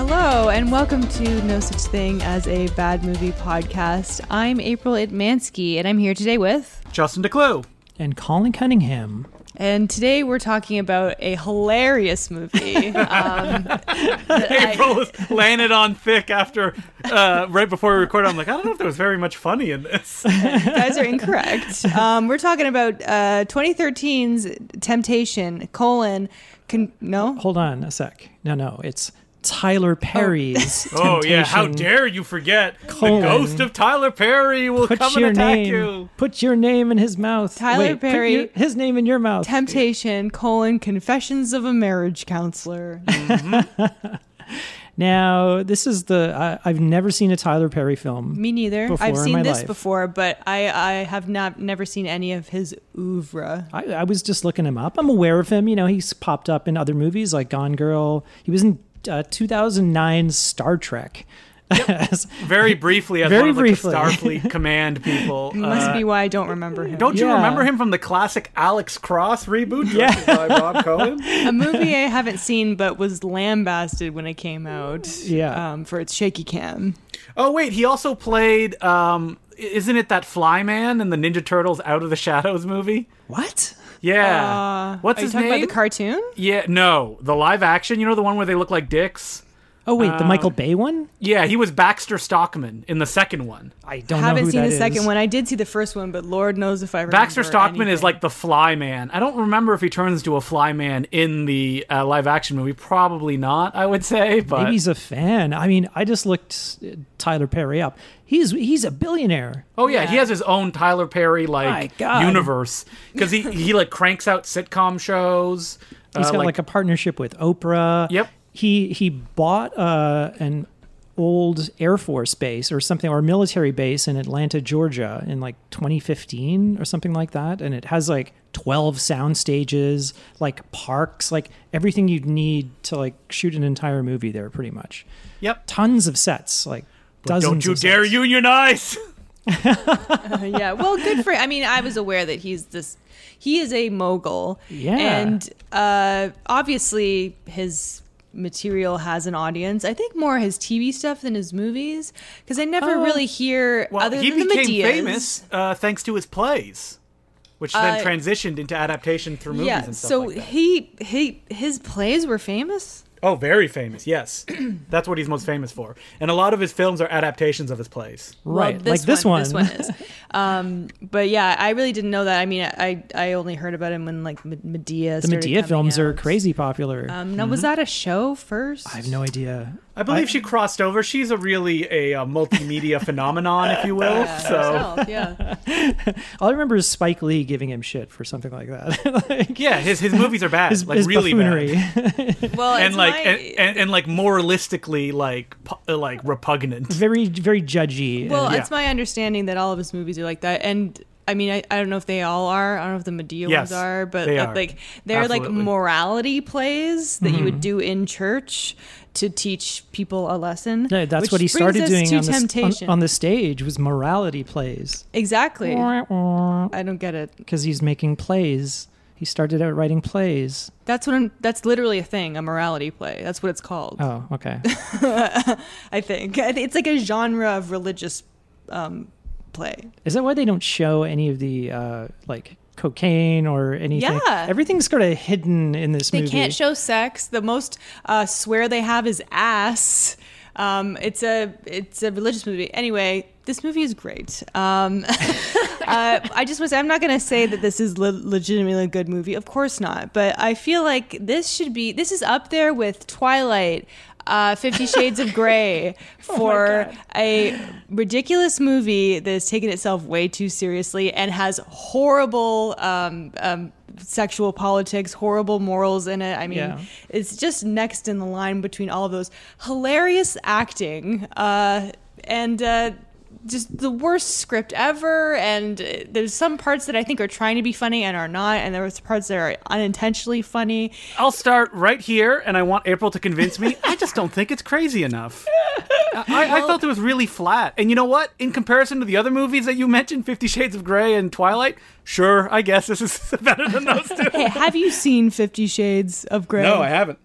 and welcome to No Such Thing as a Bad Movie podcast. I'm April Itmansky, and I'm here today with. Justin DeClue. and Colin Cunningham. And today we're talking about a hilarious movie. um, that I- April was laying it on thick after, uh, right before we recorded. I'm like, I don't know if there was very much funny in this. you guys are incorrect. Um, we're talking about uh, 2013's Temptation, colon, con- no? Hold on a sec. No, no, it's Tyler Perry's. Oh yeah, how Temptation. dare you forget Colon. the ghost of Tyler Perry will Put come and your attack name. you. Put your name in his mouth. Tyler Wait, put Perry- your- his name in your mouth. Temptation, colon, Confessions of a Marriage Counselor. now, this is the I, I've never seen a Tyler Perry film. Me neither. Before I've in seen my this life. before, but I, I have not never seen any of his oeuvre. I, I was just looking him up. I'm aware of him. You know, he's popped up in other movies like Gone Girl. He was in uh, 2009 Star Trek. Very briefly, as Very one of briefly. like, the Starfleet command people. Must Uh, be why I don't remember him. don't you Yeah. remember him from the classic Alex Cross reboot directed by Rob Cohen? a movie I haven't seen, but was lambasted when it came out. Yeah. um, for its shaky cam. Oh wait, he also played. Um, isn't it that Flyman in the Ninja Turtles Out of the Shadows movie? What? Yeah. Uh, What's are you his talking name? about the cartoon? Yeah, no, the live action. You know the one where they look like dicks. Oh wait, Uh, the Michael Bay one? Yeah, he was Baxter Stockman in the second one. I don't know haven't who seen that the second is. one. I did see the first one, but Lord knows if I remember. Baxter Stockman is anything. like the fly man. I don't remember if he turns to a fly man in the uh, live action movie. Probably not. I would say, but Maybe he's a fan. I mean, I just looked uh, Tyler Perry up. He's he's a billionaire. oh yeah, he has his own Tyler Perry My like God. universe because he he like cranks out sitcom shows. He's uh, got like, a partnership with Oprah. Yep. He he bought uh, an old Air Force base or something or a military base in Atlanta, Georgia, in like 2015 or something like that, and it has like 12 sound stages, like parks, like everything you'd need to like shoot an entire movie there, pretty much. yep. Tons of sets, like dozens. Don't you of dare sets. unionize. yeah. Well, good for. I mean, I was aware that he's this. He is a mogul. Yeah. And uh, obviously, his material has an audience. I think more his TV stuff than his movies, because I never Oh. really hear Well, other he than the became Madeas. famous uh, thanks to his plays, which then Uh, transitioned into adaptation through movies Yeah. and stuff So like that. he he his plays were famous. Oh, very famous. Yes, that's what he's most famous for. And a lot of his films are adaptations of his plays. Right, Well, like this one. This one is. um, but yeah, I really didn't know that. I mean, I I only heard about him when like Med- Medea. The Medea films are crazy popular. Um, now, was that a show first? I have no idea. I believe she crossed over. She's a really a, uh multimedia phenomenon, if you will. Yeah, so herself, yeah. All I remember is Spike Lee giving him shit for something like that. like, yeah, his his movies are bad, his, like his really buffoonery. bad, Well, and it's my- like and, and, and like moralistically like pu- uh, like repugnant. very, very judgy. well, and- it's my understanding that all of his movies are like that, and. I mean, I, I don't know if they all are. I don't know if the Medea Yes, ones are, but they uh, are. like they're like Absolutely. Mm-hmm. morality plays that you would do in church to teach people a lesson. No, that's which what he brings started us doing to on the, s- on, temptation. on the stage was morality plays. exactly. Because I don't get it. he's making plays. He started out writing plays. That's what I'm, that's literally a thing, a morality play. That's what it's called. Oh, okay. I think I thi- it's like a genre of religious um, play. Is that why they don't show any of the uh, like cocaine or anything? Yeah. Everything's sort of hidden in this They movie. can't show sex. The most uh, swear they have is ass. Um, it's a it's a religious movie. Anyway, this movie is great. Um, uh, I just was I'm not gonna say that this is le- legitimately a good movie. Of course not. But I feel like this should be this is up there with Twilight. Uh, Fifty Shades of Grey Oh for a ridiculous movie that has taken itself way too seriously and has horrible um, um, sexual politics, horrible morals in it. I mean, Yeah. it's just next in the line between all of those hilarious acting uh, and uh, just the worst script ever and uh, there's some parts that i think are trying to be funny and are not and there was parts that are unintentionally funny I'll start right here, and I want April to convince me. I just don't think it's crazy enough. I, I felt it was really flat. And you know what? In comparison to the other movies that you mentioned, Fifty Shades of Grey and Twilight, sure, I guess this is better than those two. Hey, have you seen Fifty Shades of Grey? No, I haven't.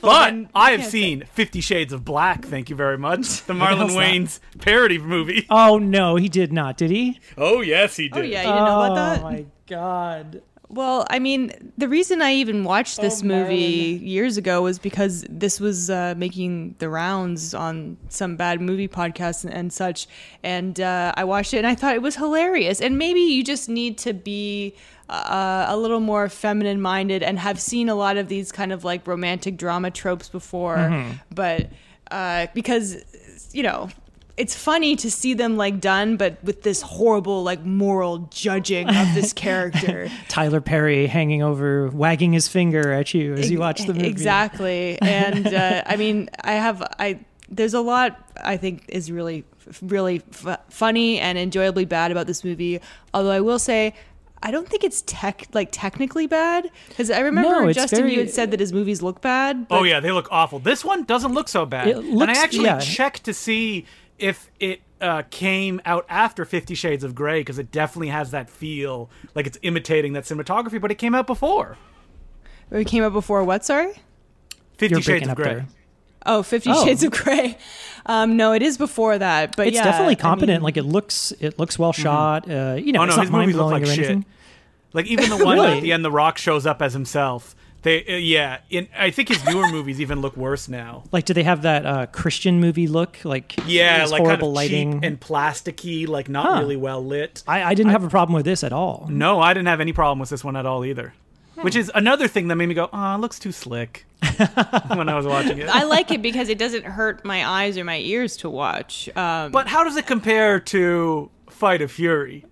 But I have can't seen Fifty Shades of Black. Thank you very much. The hell's Marlon that? Wayans parody movie. Oh no, he did not, did he? Oh yes, he Oh did. yeah, you didn't know about that. Oh my god. Well, I mean, the reason I even watched this movie years ago was because this was uh, making the rounds on some bad movie podcasts and, and such. And uh, I watched it and I thought it was hilarious. And maybe you just need to be uh, a little more feminine minded and have seen a lot of these kind of like romantic drama tropes before. But uh, because, you know, it's funny to see them like done, but with this horrible like moral judging of this character. Tyler Perry hanging over, wagging his finger at you as you watch the movie. Exactly, and uh, I mean, I have I. There's a lot I think is really, really f- funny and enjoyably bad about this movie. Although I will say, I don't think it's tech like technically bad because I remember No, it's Justin, very- you had said that his movies look bad. Oh yeah, they look awful. This one doesn't look so bad. It and I looks- actually yeah. checked to see if it uh, came out after Fifty Shades of Grey because it definitely has that feel, like it's imitating that cinematography. But it came out before Or It came out before what? Sorry. Fifty You're Shades breaking of up Grey. there. Oh, Fifty Oh. Shades of Grey. Um, no, it is before that. But It's yeah, definitely I competent. mean- like it looks, it looks well shot. Uh, you know, Oh it's no, not his movies look mind-blowing like or shit. anything. Like even the one at Really? the end, The Rock shows up as himself. They uh, yeah, in, I think his newer movies even look worse now. Like, do they have that uh, Christian movie look? Like, Yeah, it's like kind horrible of lighting. cheap and plasticky, like not Huh. really well lit. I, I didn't have a problem with this at all. No, I didn't have any problem with this one at all either. Hmm. Which is another thing that made me go, "Oh, it looks too slick." when I was watching it. I like it because it doesn't hurt my eyes or my ears to watch. Um, But how does it compare to Fight of Fury?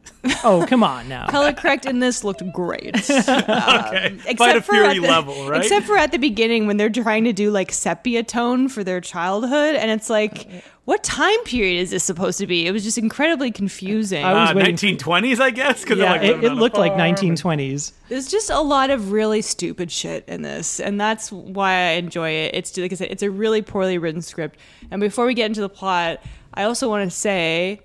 Oh, come on now. color correct in this looked great. Okay. Um, Except Fight of for at Fury the- level, right? Except for at the beginning when they're trying to do like sepia tone for their childhood, and it's like, Uh, what time period is this supposed to be? It was just incredibly confusing. I was uh, waiting for- 1920s, I guess, cuz yeah, like it, living it on a looked like farm. 1920s. There's just a lot of really stupid shit in this, and that's why I enjoy it. It's like I said, it's a really poorly written script. And before we get into the plot, I also want to say,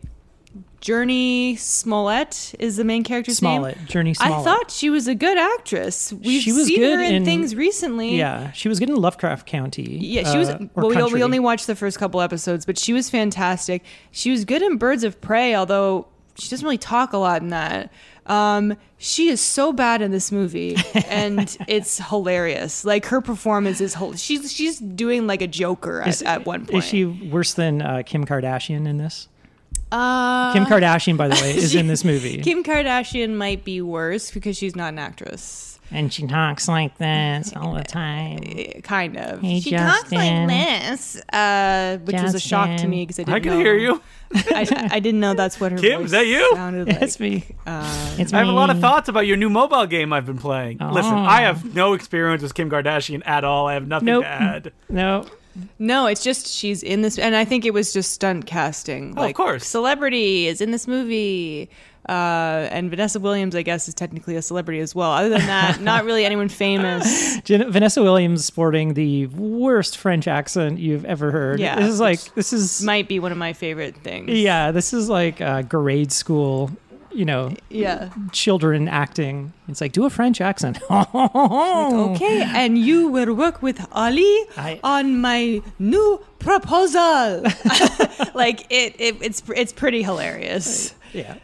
Journey Smollett is the main character's Smollett, name. Journey I Smollett. thought she was a good actress. We've She was seen good her in, in- things recently. Yeah, she was good in Lovecraft County. Yeah, she was. uh, or well, we, Country. we only watched the first couple episodes, but she was fantastic. She was good in Birds of Prey, although she doesn't really talk a lot in that. Um, she is so bad in this movie, and it's hilarious. Like her performance is whole. She's she's doing like a Joker at, Is- at one point. Is she worse than uh, Kim Kardashian in this? Uh, Kim Kardashian, by the way, is she- in this movie, Kim Kardashian might be worse because she's not an actress. and she talks like this all the time. Eh, Kind of. Hey, she talks like Justin. this, uh, which was a shock to Justin. me because I didn't. I can know. hear you. I, I didn't know that's what her Kim, voice is that you? sounded like. Uh, It's me. It's I have a lot of me. thoughts about your new mobile game I've been playing. Listen, Oh. Ah. I have no experience with Kim Kardashian at all. I have nothing Nope. to add. No, No, it's just she's in this, and I think it was just stunt casting. Oh, of course. celebrity is in this movie, uh, and Vanessa Williams, I guess, is technically a celebrity as well. Other than that, not really anyone famous. Jen- Vanessa Williams sporting the worst French accent you've ever heard. Yeah. this is like this is Might be one of my favorite things. yeah, this is like uh, grade school. You know, yeah. children acting. It's like do a French accent. Mm. Okay, and you will work with Ali I- on my new proposal. like it, it, it's it's pretty hilarious. yeah.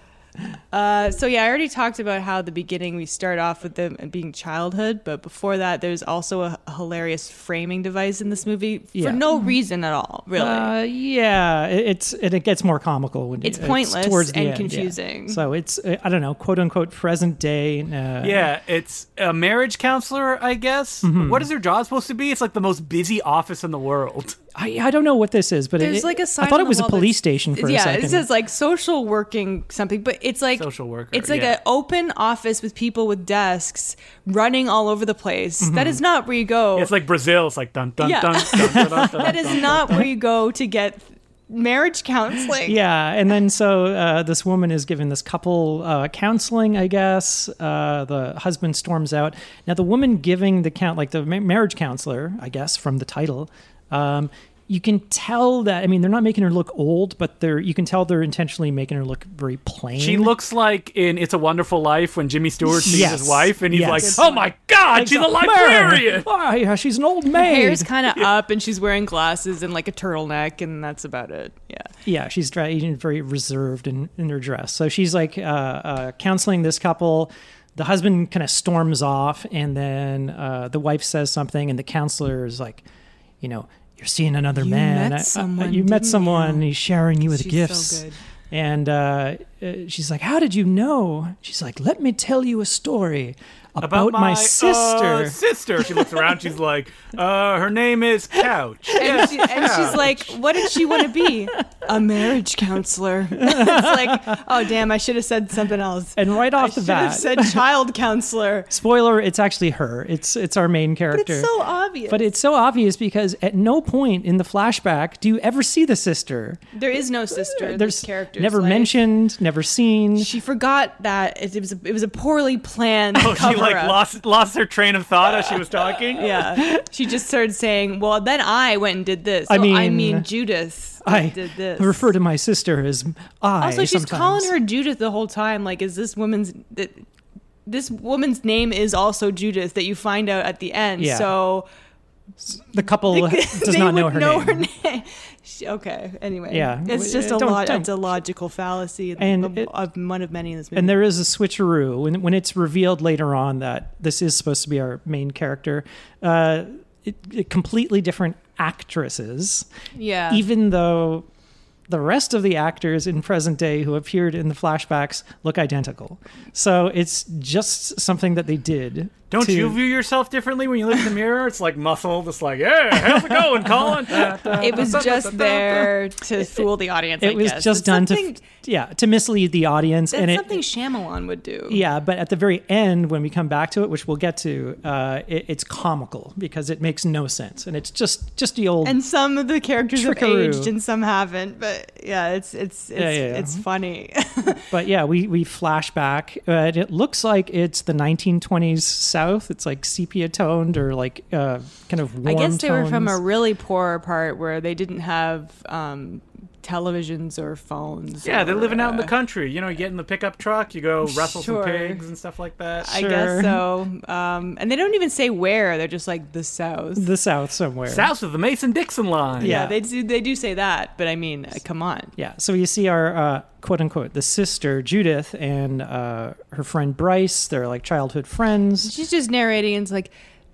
Uh, so yeah, I already talked about how the beginning we start off with them being childhood, but before that, there's also a hilarious framing device in this movie for Yeah. no reason at all, really. Uh, yeah, it, it's and it gets more comical when It's pointless towards the and end, yeah. confusing. So it's uh, I don't know, quote unquote present day. Uh, Yeah, it's a marriage counselor, I guess. Mm-hmm. What is their job supposed to be? It's like the most busy office in the world. I, I don't know what this is, but it- there's it, like a sign. I thought on it the was a wall police that's- station for yeah, a second. it says like social working something, but it's like Social worker, It's like yeah. an open office with people with desks running all over the place. Mm-hmm. That is not where you go. It's like Brazil. It's like dun dun Yeah. dun, dun, dun, dun, dun. that is not where you go to get marriage counseling. yeah, and then so uh, this woman is given this couple uh, counseling, I guess. Uh, the husband storms out. Now the woman giving the count, like the ma- marriage counselor, I guess from the title, um, you can tell that I mean they're not making her look old, but they're you can tell they're intentionally making her look very plain. She looks like in It's a Wonderful Life when Jimmy Stewart sees Yes. his wife and he's Yes. like, Good "Oh my God, she's a librarian." Oh, yeah, she's an old Her maid. hair's kind of up, and she's wearing glasses and like a turtleneck, and that's about it. Yeah. yeah, she's dra- even very reserved in, in her dress. So she's like uh, uh, counseling this couple. The husband kind of storms off, and then uh, the wife says something, and the counselor is like, you know, you're seeing another You man. met I- I- someone, you didn't met someone. you?" He's showering you with She's so gifts. good. And uh, uh, she's like, "How did you know?" She's like, "Let me tell you a story about, my, uh, sister." sister. She looks around. She's like, uh, her name is Couch. And, she, and she's like, "What did she want to be? A marriage counselor." it's like, oh damn, I should have said something else. and right I off the should bat, have said child counselor. spoiler: it's actually her. It's it's our main character. But it's so obvious. But it's so obvious because at no point in the flashback do you ever see the sister. there is no sister. in this character's never life. mentioned, never seen. She forgot that it, it was a, it was a poorly planned. Oh, she cover like up. lost lost her train of thought as she was talking. Yeah, she just started saying, "Well, then I went and did this." I Well, I mean, mean Judas I did this. refer to my sister as I. also, she's sometimes. calling her Judith the whole time. Like, is this woman's that this woman's name is also Judith that you find out at the end? Yeah. So the couple does they not know would her name. She- okay. Anyway, Yeah. it's Well, just a don't- lot. don't- It's a logical fallacy of- And of, it- of one of many in this movie. And there is a switcheroo when when it's revealed later on that this is supposed to be our main character. Uh, it, it completely different actresses, yeah, even though the rest of the actors in present day who appeared in the flashbacks look identical. So it's just something that they did. Don't to- you view yourself differently when you look in the mirror? It's like muscle, just like, yeah, how's it going, Colin? Da, da, it was da, da, da, just da, there to fool the audience. I It was guess. just It's done something- to yeah to mislead the audience, That's and it something Shyamalan would do. Yeah, but at the very end, when we come back to it, which we'll get to, uh, it, it's comical because it makes no sense, and it's just just the old. And some of the characters Trickaroo. have aged and some haven't, but yeah, it's it's it's yeah, yeah. it's funny. but yeah, we we flash back, uh, and it looks like it's the 1920s South. It's like sepia toned or like uh, kind of warm. I guess they were from a tones. really poor part where they didn't have um, televisions or phones. Yeah, they're or, living out in the uh, country. You know, you get in the pickup truck, you go wrestle Sure. some pigs and stuff like that. uh, I Sure. guess so. Um, and they don't even say where. They're just like the South. the South somewhere. South of the Mason Dixon line. yeah. yeah. they do. They do say that, but I mean, uh, come on. Yeah, so you see our uh, quote unquote the sister Judith and uh, her friend Bryce. They're like childhood friends. She's just narrating, and it's like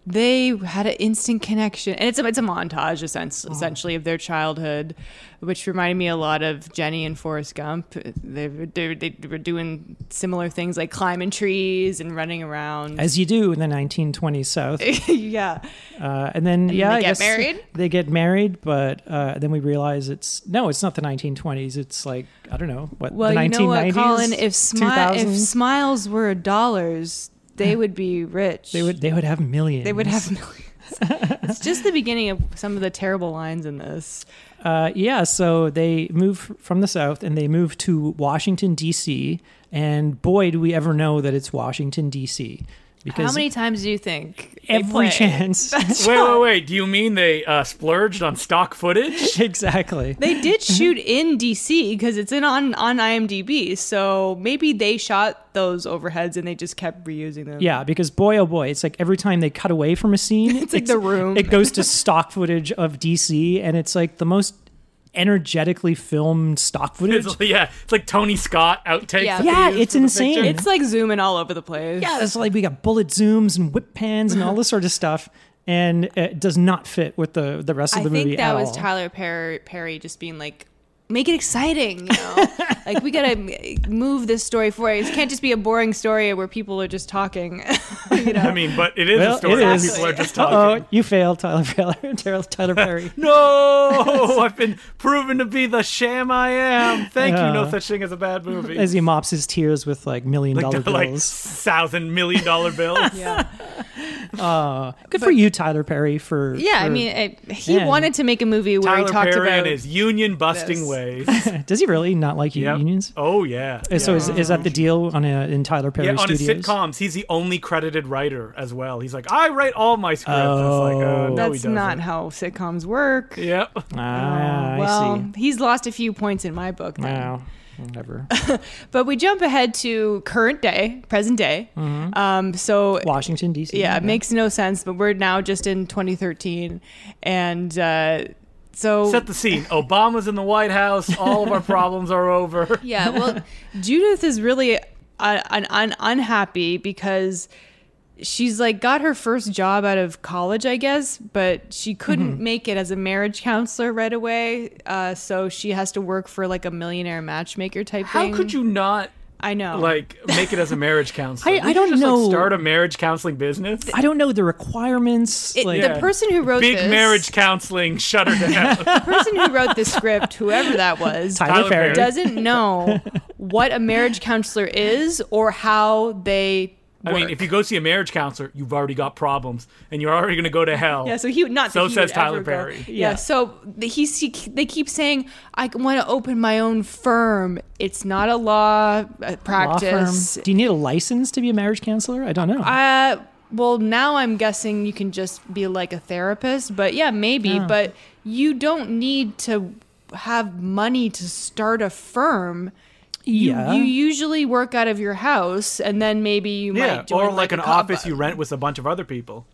they had an instant connection, and it's a, it's a montage essentially, essentially of their childhood, which reminded me a lot of Jenny and Forrest Gump. They were, they, they were doing similar things like climbing trees and running around. As you do in the 1920s South, yeah, Uh, and then Eh. yeah, they I get guess married? They get married, but uh, then we realize it's no, it's not the 1920s. It's like I don't know what well, the 1990s. you know what, Colin? If, smi- if 2000s? smiles were dollars, they would be rich. they would they would have millions. They would have millions. it's just the beginning of some of the terrible lines in this. Uh, yeah, so they move from the south and they move to Washington D.C. And boy, do we ever know that it's Washington D.C. Because How many times do you think they every play? chance, Wait, wait, wait. Do you mean they uh, splurged on stock footage? exactly. They did shoot in DC because it's in on on IMDb. So maybe they shot those overheads and they just kept reusing them. Yeah, because boy, oh boy, it's like every time they cut away from a scene, It's like The Room. It goes to stock footage of DC, and it's like the most energetically filmed stock footage. It's, yeah, it's like Tony Scott outtakes. Yeah. that they yeah, use it's for the insane. picture. It's like zooming all over the place. yeah, it's like we got bullet zooms and whip pans and all this sort of stuff, and it does not fit with the the rest of I the movie think that at was all. Tyler Perry, Perry just being like, make it exciting, you know? like, we gotta m- move this story forward. It can't just be a boring story where people are just talking. you know? I mean, but it is Well, a story it where is. people are just talking. Oh, you failed, Tyler Perry. Tyler- Tyler Perry. No, I've been proven to be the sham I am. Thank you. No Yeah. such thing as a bad movie. As he mops his tears with like million dollar like, the, like bills. thousand million dollar bills. Yeah. Uh, good for you, Tyler Perry, for Yeah, I for- mean, I, he Yeah. wanted to make a movie where Tyler he talked Perry about and his union busting this. ways. does he really not like u- Yep. unions? Oh yeah. Uh, So Yeah. is, is that the deal on a, in Tyler Perry yeah, on his Studios? sitcoms, he's the only credited writer as well. He's like, I write all my scripts. it's like, uh, Oh. no, he That's doesn't. not how sitcoms work. Yep. Ah, Oh, well, I see. he's lost a few points in my book. Then. Wow. Whatever. But we jump ahead to current day, present day. Um, so Washington D.C. yeah, it makes no sense. But we're now just in 2013, and uh, so Set the scene. Obama's in the White House. All of our problems are over. yeah. Well, Judith is really uh, an, un unhappy because she's like got her first job out of college, I guess, but she couldn't make it as a marriage counselor right away. Uh, so she has to work for like a millionaire matchmaker type. How thing. could you not I know. like make it as a marriage counselor? I- Didn't I you don't just, like, know. start a marriage counseling business. I don't know the requirements. It- like, the person who wrote Big this, marriage counseling shut her down. the person who wrote the script, whoever that was, Tyler, Tyler Perry. Perry. doesn't know what a marriage counselor is or how they. I Work. mean, if you go see a marriage counselor, you've already got problems, and you're already going to go to hell. Yeah, so he would not. So that he says would ever Tyler go- Perry. Yeah. Yeah. so he, he they keep saying I want to open my own firm. It's not a law uh, law firm. practice. Do you need a license to be a marriage counselor? I don't know. Uh, well, now I'm guessing you can just be like a therapist, but yeah, maybe. Yeah. But you don't need to have money to start a firm. You, yeah. you usually work out of your house, and then maybe you Yeah, might join or like, an a co- office you rent with a bunch of other people.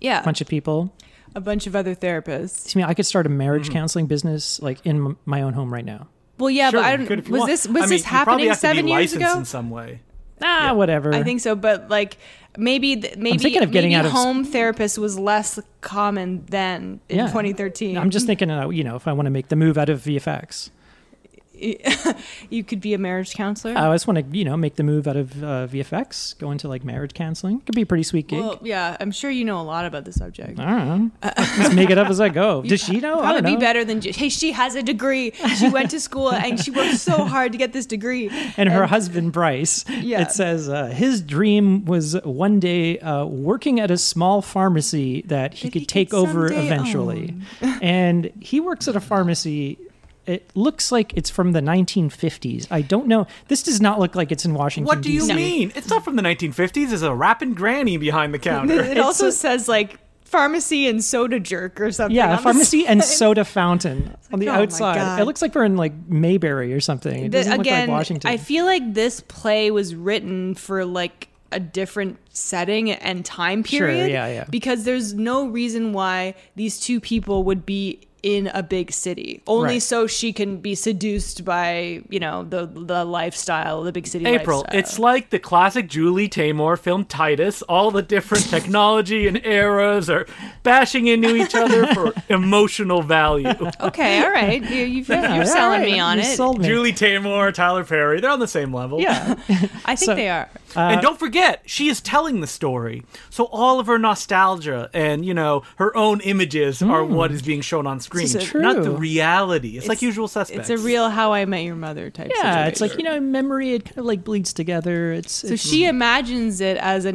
yeah, bunch of people. a bunch of other therapists. To me, I could start a marriage Mm-hmm. counseling business like in m- my own home right now. Well, yeah, Sure, but I you don't. could if you Was want. this was I mean, this you probably happening have to be seven years licensed ago? in some way. Ah, whatever. I think so, but like maybe th- maybe thinking of getting maybe out of s- home therapist was less common then in Yeah. 2013. I'm just thinking, uh, you know, if I want to make the move out of VFX, you could be a marriage counselor. I just want to, you know, make the move out of uh, VFX, go into like marriage counseling. Could be a pretty sweet gig. Well, yeah, I'm sure you know a lot about the subject. Oh, I don't know. Just make it up as I go. Does she know? I Probably don't know. be better than just, hey, she has a degree. She went to school and she worked so hard to get this degree. and her husband Bryce. Yeah. It says uh, his dream was one day uh, working at a small pharmacy that he That could he could take over someday eventually. and he works at a pharmacy. It looks like it's from the 1950s. I don't know. This does not look like it's in Washington. What do you DC. mean? It's not from the 1950s. There's a rapping granny behind the counter. It also says like pharmacy and soda jerk or something. on Yeah, the pharmacy and side. soda fountain on the oh my God. outside. It looks like we're in like Mayberry or something. It The- doesn't again, look like Washington. I feel like this play was written for like a different setting and time Sure, period. yeah, yeah. Because there's no reason why these two people would be in a big city only Right. so she can be seduced by you know the the lifestyle the big city April, lifestyle. it's like the classic Julie Taymor film Titus. All the different technology and eras are bashing into each other for emotional value. okay all right you, you, Yeah, you're all selling right, me on you it Sold me. Julie Taymor, Tyler Perry, they're on the same level. Yeah. Uh, i think So- they are and don't forget, she is telling the story. So all of her nostalgia and, you know, her own images are what is being shown on screen, Hmm. This is not the true. reality. It's, like usual suspects. it's a real how i met your mother type Yeah, it's like situation. you know, memory. It kind of like bleeds together. It's, So it's she imagines it as a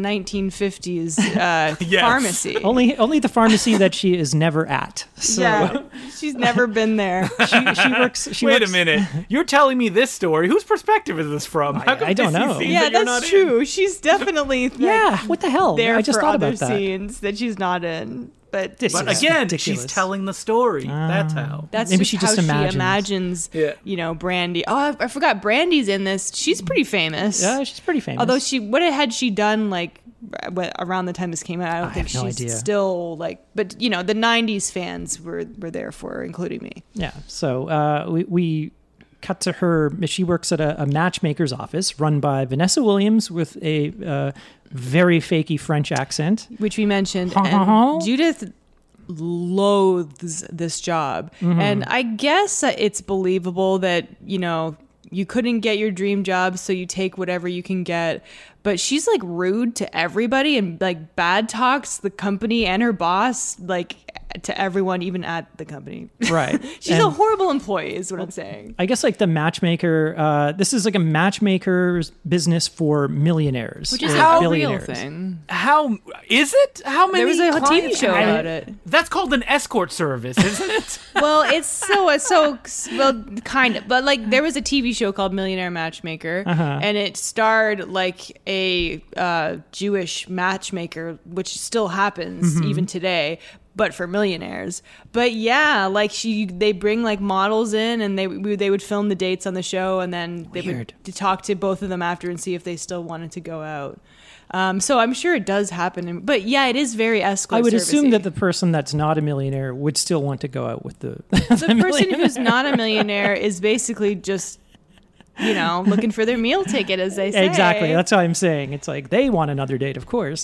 1950s uh, Yes. pharmacy. only only the pharmacy that she is never at. So uh, Yeah, she's never been there. she, she works. She Wait works, a minute. You're telling me this story. Whose perspective is this from? How come I don't this is know. scenes yeah, that you're that's not in? true. She's definitely like, Yeah, what the hell? there I just for thought other about that. scenes that she's not in. But This But is again, ridiculous. Ah. she's telling the story. that's how. that's maybe just she how just imagines. she imagines. Yeah. you know, Brandy. Oh, I, I forgot Brandy's in this. She's pretty famous. Yeah, she's pretty famous. Although she, what had she done like r- what- around the time this came out? I don't I think have no she's idea. still like. But you know, the '90s fans were were there for, her, including me. yeah. So uh, we we cut to her. She works at a, a matchmaker's office run by Vanessa Williams with a uh, very fakey French accent. which we mentioned. Uh-huh. And Judith loathes this job. Mm-hmm. And I guess uh, it's believable that, you know, you couldn't get your dream job, so you take whatever you can get. but she's like rude to everybody and like bad talks the company and her boss like to everyone even at the company Right. she's a And- horrible employee is what i'm saying I guess like the matchmaker. Uh, this is like a matchmaker's business for millionaires, Which is or how a real billionaires. thing How is it? How many? there was a whole tv clients show have about it That's called an escort service, isn't it? well, it's so uh, so well, kind of, but like there was a TV show called Millionaire Matchmaker, Uh-huh. and it starred like a uh, Jewish matchmaker, which still happens Mm-hmm. even today, but for millionaires. But yeah, like she, they bring like models in, and they we, they would film the dates on the show, and then they Weird. would talk to both of them after and see if they still wanted to go out. Um, so I'm sure it does happen, and- but yeah, it is very escort. I would assume servicey that the person that's not a millionaire would still want to go out with the. the person who's not a millionaire is basically just you know looking for their meal ticket as they say exactly. That's what I'm saying. It's like they want another date, of course.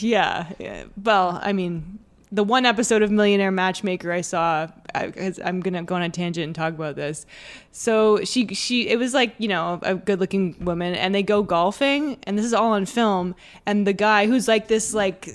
yeah, yeah. well i mean the one episode of millionaire matchmaker i saw I, 'cause i'm gonna go on a tangent and talk about this so she she it was like you know a good looking woman and they go golfing and this is all on film and the guy who's like this like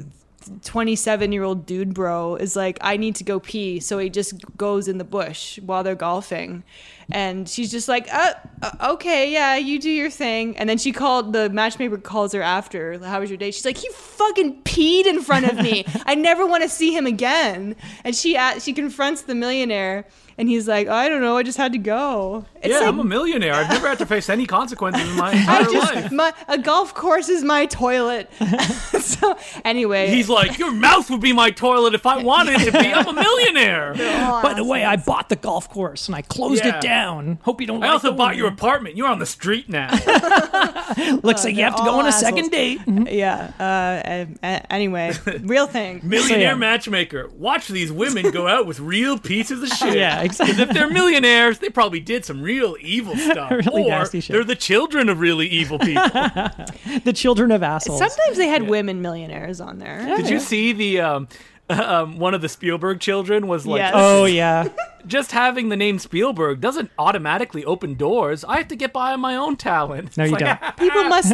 27 year old dude bro is like i need to go pee so he just goes in the bush while they're golfing and she's just like uh, uh, okay yeah you do your thing and then she called the matchmaker calls her after how was your day she's like he fucking peed in front of me i never want to see him again and she a she confronts the millionaire and he's like i don't know i just had to go it's yeah, like I'm a millionaire. I've never had to face any consequences in my entire I just life. my a golf course is my toilet. so anyway, He's like, your mouth would be my toilet if I wanted it to be. I'm a millionaire. By the way, I bought the golf course and I closed Yeah. it down. Hope you don't. I like also the bought one. your "Oh." apartment. You're on the street now. Looks like you they're have to go all on a assholes. second date. yeah. Uh, uh, anyway, real thing. Millionaire So, yeah. matchmaker. Watch these women go out with real pieces of shit. Yeah, exactly. 'Cause if they're millionaires, they probably did some real evil stuff. Really or nasty shit. they're the children of really evil people. The children of assholes. Sometimes they had women millionaires on there. Did Oh. you see the um, um, one of the Spielberg children was like, "Uh, Yes. oh yeah. just having the name Spielberg doesn't automatically open doors. I have to get by on my own talent. No, It's you like, don't. People must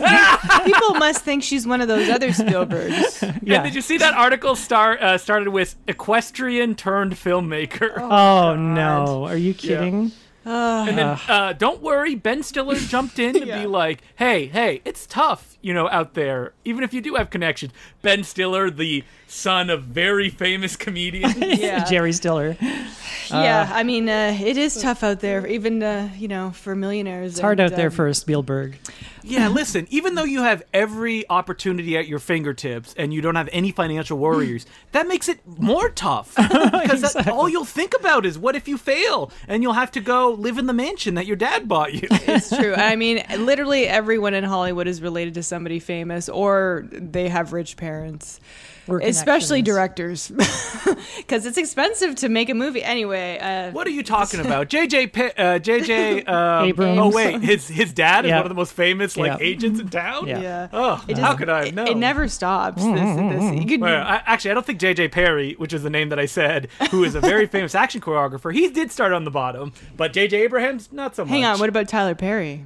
people must think she's one of those other Spielbergs. Yeah. And did you see that article star, uh, started with equestrian turned filmmaker? Oh no. Are you kidding? And then, uh, don't worry, Ben Stiller jumped in to be like, "Hey, hey, it's tough, you know, out there. Even if you do have connections." Ben Stiller, the son of very famous comedian, Yeah, Jerry Stiller. yeah. I mean, uh, it is tough out there, even uh, you know for millionaires. um, It's hard out there for a Spielberg. yeah. Listen, even though you have every opportunity at your fingertips and you don't have any financial worries, that makes it more tough because that, all you'll think about is what if you fail and you'll have to go live in the mansion that your dad bought you. It's true. I mean, literally everyone in Hollywood is related to somebody famous, or they have rich parents. Or Especially connections. directors, because it's expensive to make a movie. Anyway, uh, What are you talking about? JJ Pitt, uh, JJ um, Abrams. Oh wait, his his dad is Yeah. one of the most famous like Yeah. agents in town. Yeah. Mm-hmm, Yeah. Oh, It how just- could I it- have known? It, never stops. This, this, you could, Well, I, actually, I don't think JJ Perry, which is the name that I said, who is a very famous action choreographer, he did start on the bottom, but JJ Abrams not so much. hang on. What about Tyler Perry?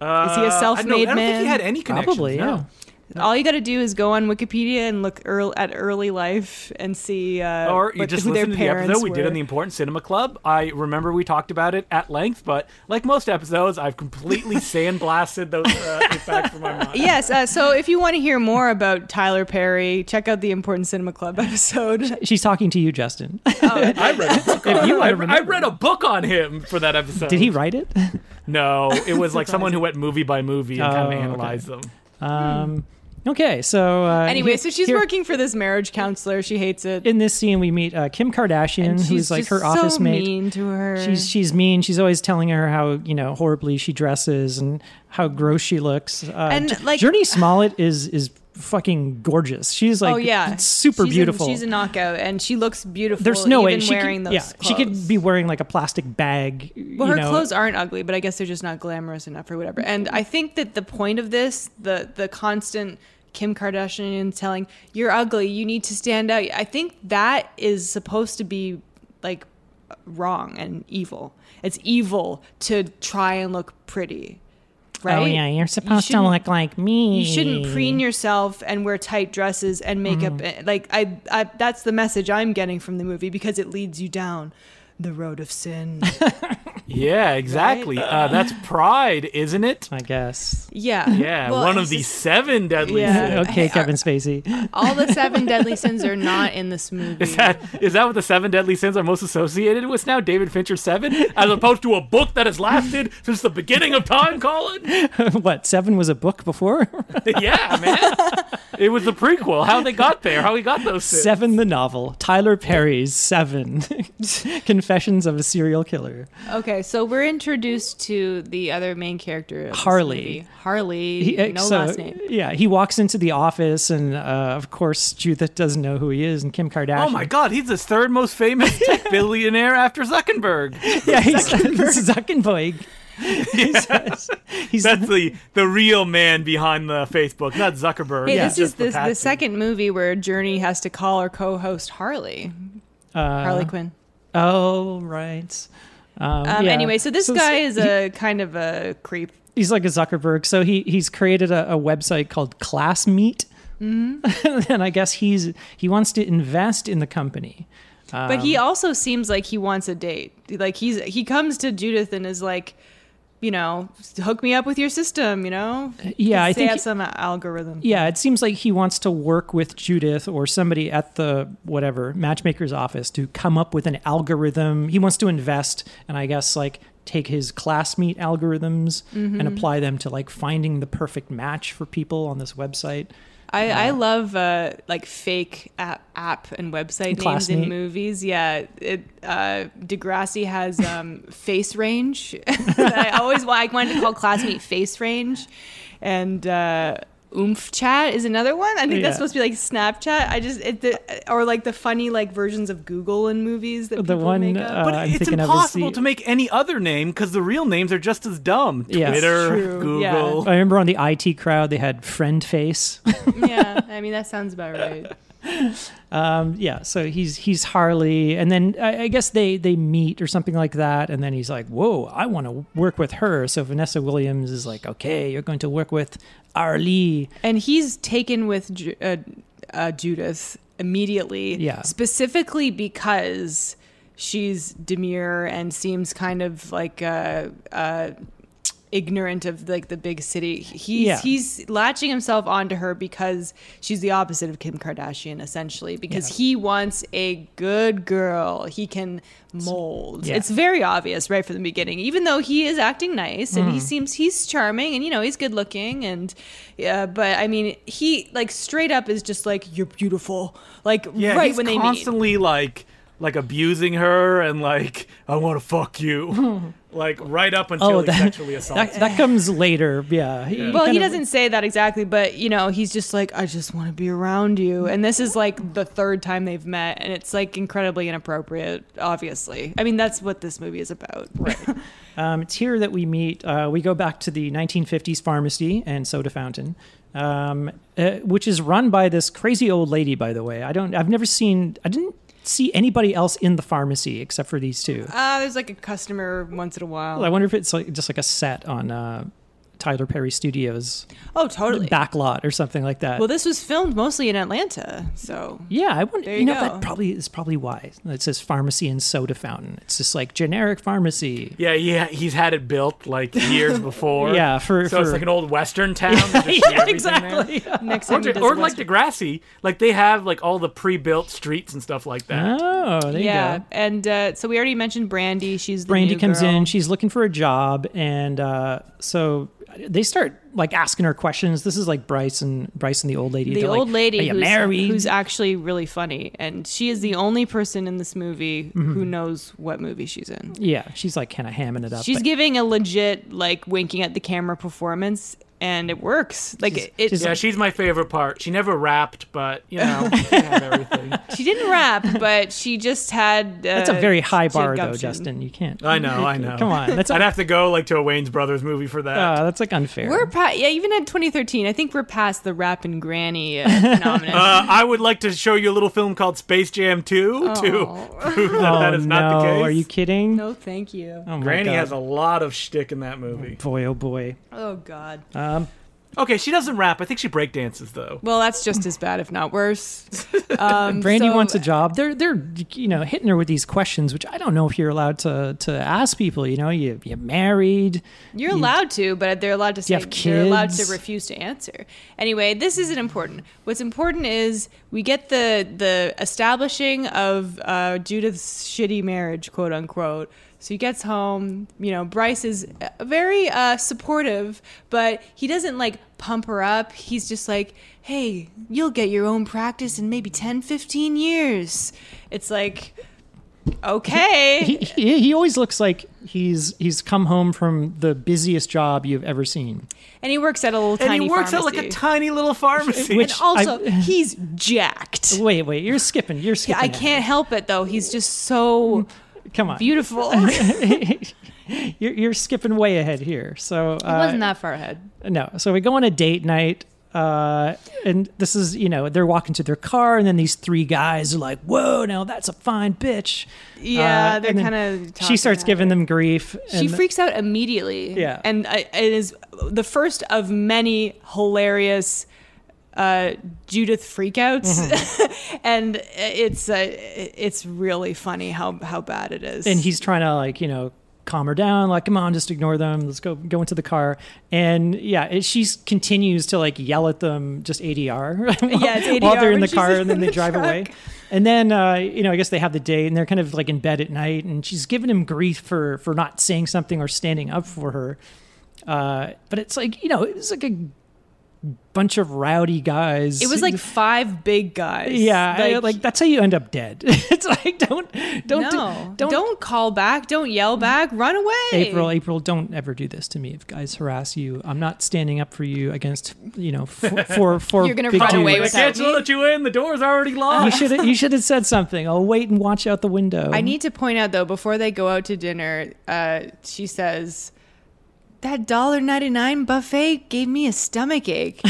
Uh, is he a I don't- self-made I don't think man? he had any connections. Probably, no. yeah. All you got to do is go on Wikipedia and look earl at early life and see. Uh, or you what- just who their listen to the episode parents we did were. on the Important Cinema Club. I remember we talked about it at length, but like most episodes, I've completely sandblasted those uh, back from my mind. Yes, uh, so if you want to hear more about Tyler Perry, check out the Important Cinema Club episode. She's talking to you, Justin. I read a book on, If you I, wanna I read a book on him for that episode. Did he write it? No, it was like someone who went movie by movie and kind Oh, of okay. analyzed them. Um, okay, so uh, Hmm. Anyway, here- so she's here- working for this marriage counselor. She hates it. In this scene, we meet uh, Kim Kardashian, who's she's like just her office so mate. mean to her. She's she's mean. She's always telling her how you know horribly she dresses and how gross she looks. Uh, And, J- like- Journey Smollett is is fucking gorgeous. She's like oh yeah, super She's a- beautiful. she's a knockout, and she looks beautiful. There's no way even she wearing could, those. yeah she could clothes. be wearing like a plastic bag. Well, you her know. clothes aren't ugly, but I guess they're just not glamorous enough or whatever. And I think that the point of this, the the constant Kim Kardashian telling you're ugly, you need to stand out. I think that is supposed to be like wrong and evil. It's evil to try and look pretty. right? Oh yeah, you're supposed to shouldn't- look like me. You shouldn't preen yourself and wear tight dresses and makeup. Mm-hmm. eh, Like I, I, that's the message I'm getting from the movie because it leads you down the road of sin. Yeah, exactly. Uh, that's pride, isn't it? I guess. Uh, yeah. Yeah, Well, one it's of the just- seven deadly Yeah. sins. okay, Hey, Kevin Spacey. All the seven deadly sins are not in this movie. Is that is that what the seven deadly sins are most associated with now? David Fincher's seven, as opposed to a book that has lasted since the beginning of time, Colin. what seven was a book before? yeah, man. It was the prequel. How they got there? How we got those sins? seven, the novel. Tyler Perry's Seven: Confessions of a Serial Killer. Okay, so we're introduced to the other main character, of this Harley. movie. Harley, He- uh, no so- last name. Yeah, he walks into the office, and uh, of course Judith doesn't know who he is, and Kim Kardashian. Oh my God, he's the third most famous tech billionaire after Zuckerberg. Yeah, he's Zuckerberg. He says- he's That's the the real man behind the Facebook, not Zuckerberg. Hey, Yeah. this Just is the, the patsy. second movie where Journey has to call her co-host Harley, uh, Harley Quinn. Oh right. Um, Um, yeah. Anyway, so this So guy s- is a kind of a creep. he's like a Zuckerberg. So he he's created a, a website called Classmeet, Mm-hmm. and I guess he's he wants to invest in the company. But Um, he also seems like he wants a date. Like he's he comes to Judith and is like, you know, hook me up with your system. You know, Yeah, I They think have some algorithm. yeah, it seems like he wants to work with Judith or somebody at the whatever matchmaker's office to come up with an algorithm. He wants to invest, and I guess like take his classmate algorithms and apply them to like finding the perfect match for people on this website. I, I love uh, like fake app, app and website names Classmate. in movies. Yeah, it, uh, Degrassi has um, Face Range. I always wa- I wanted to call Classmate Face Range, and uh, Oomph Chat is another one. I think Yeah. that's supposed to be like Snapchat. I just it, the, or like the funny like versions of Google in movies that the people one make up. uh, But I'm it's thinking impossible of is to the, make any other name because the real names are just as dumb. Yeah. Twitter, True, Google. yeah. I remember on the IT crowd they had friend face. yeah, I mean that sounds about right. Um, yeah, so he's he's Harley, and then I, I guess they they meet or something like that, and then he's like, "Whoa, I want to work with her." So Vanessa Williams is like, "Okay, you're going to work with Harley." And he's taken with Ju- uh, uh, Judith immediately. Yeah. Specifically because she's demure and seems kind of like uh, uh, ignorant of like the big city. He's Yeah. he's latching himself onto her because she's the opposite of Kim Kardashian, essentially. Because he wants a good girl he can mold. Yeah. It's very obvious right from the beginning. Even though he is acting nice and Mm-hmm. he seems he's charming and you know he's good looking and yeah, but I mean he like straight up is just like you're beautiful. Like Yeah, right he's when they meet. constantly like like abusing her and like I want to fuck you, like right up until Oh, he that- sexually assaults. That that comes later. Yeah. He Well, he kinda- doesn't say that exactly, but you know, he's just like, I just want to be around you. And this is like the third time they've met, and it's like incredibly inappropriate, obviously. I mean, that's what this movie is about. Right. Um, it's here that we meet. Uh, we go back to the 1950s pharmacy and soda fountain, um, uh, which is run by this crazy old lady. By the way, I don't. I've never seen. I didn't see anybody else in the pharmacy except for these two. uh, there's like a customer once in a while. I wonder if it's like just like a set on uh, Tyler Perry Studios oh, totally. backlot or something like that. Well, this was filmed mostly in Atlanta, so yeah, I wonder. there You, you know, go. that probably is probably why it says pharmacy and soda fountain. It's just like generic pharmacy. yeah, yeah, he's had it built like years before. Yeah, for- so it's for- like an old western town. Just see everything there. next Or, time. he to, does or West- like Degrassi, like they have like all the pre-built streets and stuff like that. Oh, there yeah, you go. and uh, so we already mentioned Brandy. She's the Brandy new comes girl. in. She's looking for a job, and uh, so they start like asking her questions. This is like Bryce and Bryce and the old lady. the They're like, old lady Are you who's, married? who's actually really funny, and she is the only person in this movie Mm-hmm. who knows what movie she's in. yeah, she's like kind of hamming it up. She's but- giving a legit like winking at the camera performance, and it works. Like it, it- she's Yeah, she's my favorite part. She never rapped, but you know, she had everything. she didn't rap, but she just had. Uh, That's a very high she had bar, though, gumption. Justin. You can't. I know, I know. Come on, that's I'd have to go like to a Wayne's Brothers movie for that. uh, that's like unfair. We're pa- yeah, even in 2013, I think we're past the rap and granny uh, phenomenon. Uh, I would like to show you a little film called Space Jam 2 to prove that oh, that is not no. the case. Are you kidding? no, thank you. Oh my Granny God. has a lot of shtick in that movie. boy. Oh boy. Oh God. Um, Okay, she doesn't rap. I think she breakdances though. Well, that's just as bad, if not worse. Um, Brandy so- wants a job. They're they're you know hitting her with these questions, which I don't know if you're allowed to to ask people. You know, you you married. You're allowed to, but they're allowed to say you have they're allowed to kids? refuse to answer. Anyway, this isn't important. What's important is we get the the establishing of uh, Judith's shitty marriage, quote unquote. So he gets home. You know, Bryce is uh, very uh, supportive, but he doesn't like pump her up. He's just like, "Hey, you'll get your own practice in maybe 10, 15 years." It's like, okay, He, he he always looks like he's he's come home from the busiest job you've ever seen. and he works at a little And tiny he works pharmacy. at like a tiny little pharmacy. Which- And also, I- he's jacked. Wait, wait, you're skipping. You're skipping. I it. can't help it though. He's just so Come on. beautiful. It you're, you're skipping way ahead here. So uh, wasn't that far ahead. No. So we go on a date night. Uh, and this is, you know, they're walking to their car, and then these three guys are like, "Whoa, now that's a fine bitch." Yeah, uh, and they're then kinda She talking starts at giving them grief. She and- freaks out immediately. Yeah. and I, it is the first of many hilarious uh, Judith freakouts, Mm-hmm. and it's uh, it's really funny how how bad it is. and he's trying to like you know calm her down like come on just ignore them let's go go into the car and yeah it, she s- continues to like yell at them just adr while, Yeah, it's while ADR they're in when the she's car in and then they the drive away truck. and then uh, you know i guess they have the date and they're kind of like in bed at night and she's giving him grief for for not saying something or standing up for her uh, but it's like you know it's like a bunch of rowdy guys it was like five big guys. yeah I- like, that's how you end up dead it's like don't don't do- no, don't Mm. don't, call back. Don't yell back. Run away. April, April, don't ever do this to me. If guys harass you, I'm not standing up for you against, you know, for for, for You're gonna big run away dudes. I with can't without me. let you in. The door's already You locked. should have you should have said something. I'll wait and watch out the window. I need to point out though, before they go out to dinner, uh, she says that dollar ninety nine buffet gave me a stomach ache.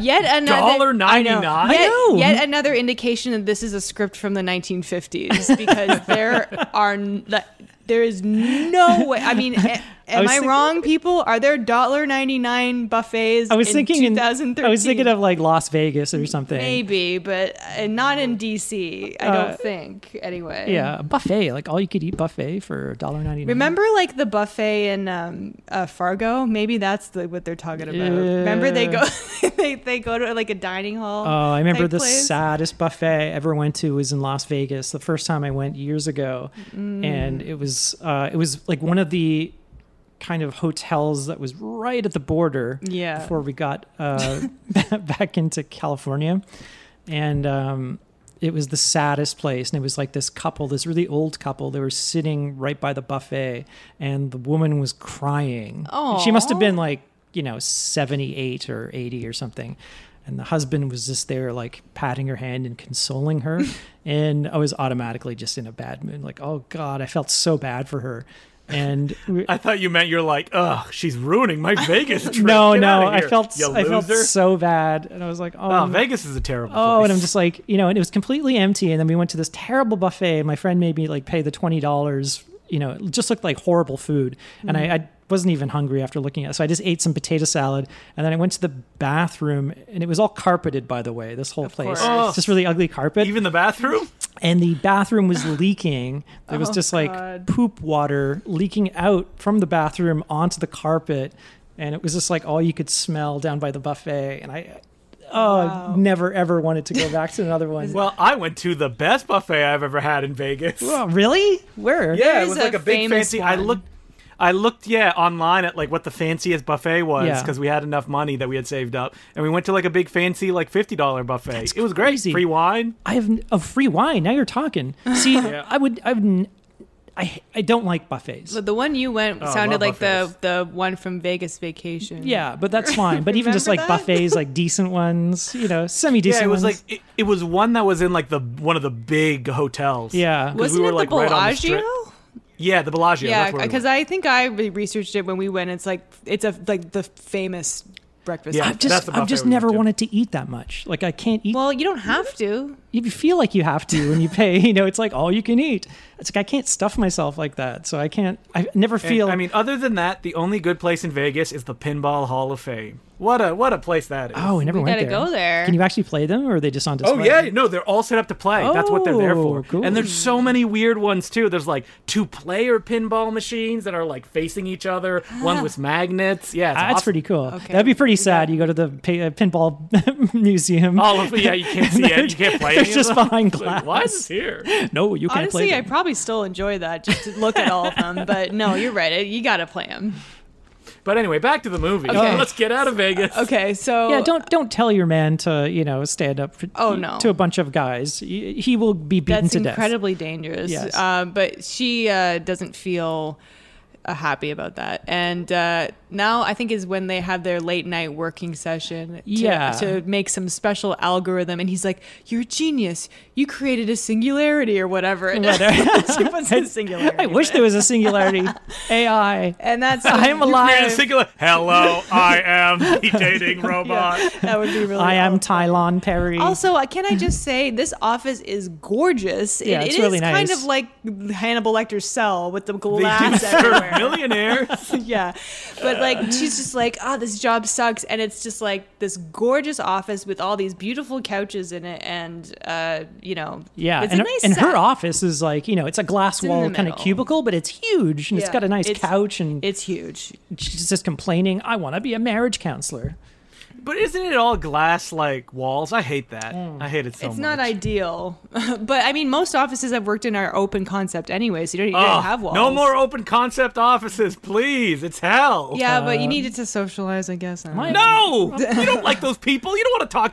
Yet another $1.99? Yet, I know. Yet another indication that this is a script from the nineteen fifties because there are n- like, there is no way. I mean. a- Am was I, thinking- wrong, people? Are there $1.99 buffets I was in thinking in- 2013? I was thinking of like Las Vegas or something. Maybe, but uh, not in DC, I Uh, don't think, anyway. Yeah, a buffet, like all you could eat buffet for $1.99. Remember, like the buffet in um, uh, Fargo? Maybe that's the, what they're talking about. Remember, they go, they, they go to like a dining hall. Oh, Uh, I remember type the place? saddest buffet I ever went to was in Las Vegas. The first time I went years ago, Mm. and it was uh, it was like one of the kind of hotels that was right at the border. Yeah. Before we got uh, back into California, and um, it was the saddest place. And it was like this couple, this really old couple. They were sitting right by the buffet, and the woman was crying. And She must have Aw. been like you know seventy eight or eighty or something. And the husband was just there, like patting her hand and consoling her. and I was automatically just in a bad mood, like, oh God, I felt so bad for her. And we- I thought you meant you're like, ugh, she's ruining my Vegas trip. no, Get no. outta I here, felt you I felt loser." so bad, and I was like, oh, Oh, no. Vegas is a terrible oh, place. and I'm just like, you know, and it was completely empty. And then we went to this terrible buffet. and My friend made me like pay the twenty dollars. You know, it just looked like horrible food, and Mm. I, I wasn't even hungry after looking at it. So I just ate some potato salad, and then I went to the bathroom, and it was all carpeted, by the way. This whole place, course. It's just really ugly carpet even the bathroom. and the bathroom was leaking. There was Oh, just like God. poop water leaking out from the bathroom onto the carpet, and it was just like all you could smell down by the buffet. And I, oh, I Wow. never ever wanted to go back to another one. Well, I went to the best buffet I've ever had in Vegas. Whoa, really? Where? Yeah, There it is was a like a big famous fancy. I one. looked, I looked, yeah, online at like what the fanciest buffet was Yeah. because we had enough money that we had saved up, and we went to like a big fancy like fifty dollar buffet. it was great, crazy. free wine. oh, I have a free wine. Now you're talking. See, I would, I would. n- I I don't like buffets. But the one you went Oh, I sounded love like buffets. the the one from Vegas Vacation. yeah, but that's fine. But even just like Remember that? buffets, like decent ones, you know, semi decent. Yeah, it was like ones. it, it was one that was in like the one of the big hotels. yeah, Wasn't were, it like, the right on the Bellagio? strip. yeah, the Bellagio. yeah, that's where we because I think I re- researched it when we went. It's like it's a like the famous breakfast. Yeah. I've that's just the I've buffet just we never went to. wanted to eat that much. Like I can't eat. Well, you don't have to. if you feel like you have to when you pay, you know, it's like all you can eat. It's like I can't stuff myself like that, so I can't. I never And, feel. I mean, other than that, the only good place in Vegas is the Pinball Hall of Fame. What a what a place that is. oh, I never we went gotta there. go there. Can you actually play them, or are they just on display? Oh yeah, no, they're all set up to play. That's what they're there Oh, for. cool. And there's so many weird ones too. There's like two player pinball machines that are like facing each other, Ah. one with magnets. Yeah, it's Ah, That's awesome. pretty cool. Okay. That'd be pretty sad. You go to the pay, uh, pinball museum. All of yeah, you can't see it. You can't play They're any of just them. behind It's like, Why is this here? no, you can't Honestly, play. I them. probably still enjoy that just to look at all of them. But no, you're right. It- You gotta play them. But anyway, back to the movie. Okay. Let's get out of Vegas. Okay, so yeah, don't don't tell your man to you know stand up. For, Oh, no. to a bunch of guys, he, he will be beaten That's to incredibly dangerous. Yes. Uh, but she uh, doesn't feel uh, happy about that. And uh, now I think is when they have their late night working session to, Yeah. to make some special algorithm. And he's like, You're a genius. You created a singularity or whatever. And she puts in death. singularity. I wish there was a singularity AI. And that's I am Man, alive. singular. Hello, I am the dating robot. that would be really I am awful. Tylon Perry. E Also, uh, can I just say this office is gorgeous. It- Yeah, it's it is really kind nice. of like Hannibal Lecter's cell with the The glass Mr. everywhere. millionaire. yeah. But like she's just like, oh, this job sucks, and it's just like this gorgeous office with all these beautiful couches in it, and uh, you know, yeah, it's and, a nice and her set. office is like you know it's a glass in wall the kind of middle. cubicle, but it's huge and it's Yeah, got a nice it's- couch and It's huge. she's just complaining. I want to be a marriage counselor. But isn't it all glass like walls? I hate that. Mm. I hate it so It's much. not ideal, but I mean, most offices I've worked in are open concept anyway, so you don't, you Ugh, don't have walls. No more open concept offices, please. It's hell. Yeah, but you needed to socialize, I guess. I don't My- know. No, you don't like those people. You don't want to talk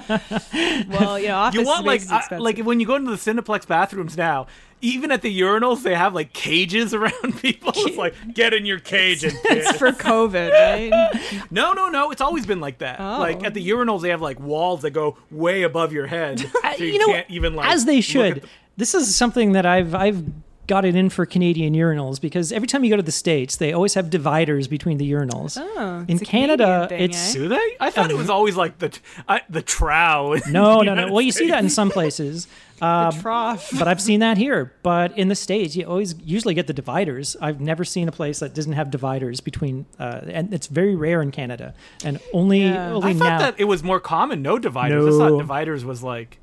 to them. Well, you know, office You want like space is I, expensive. like when you go into the Cineplex bathrooms now. Even at the urinals, they have like cages around people. It's like get in your cage and it's for COVID, right? no, no, no. It's always been like that. Oh. Like at the urinals, they have like walls that go way above your head, so Uh, you, you know, can't even like as they look at should. This is something that I've I've got it in for Canadian urinals because every time you go to the states, they always have dividers between the urinals. Oh, in it's a Canada, Canadian thing, it's eh? Do they? I thought it was always like the I, the trow. in the Um, no, no, no. United Well, you see States. that in some places, um, Trough. but I've seen that here. But in the states, you always usually get the dividers. I've never seen a place that doesn't have dividers between, uh, and it's very rare in Canada, and only Yeah. only I thought now. that it was more common. No dividers. I thought No. dividers was like.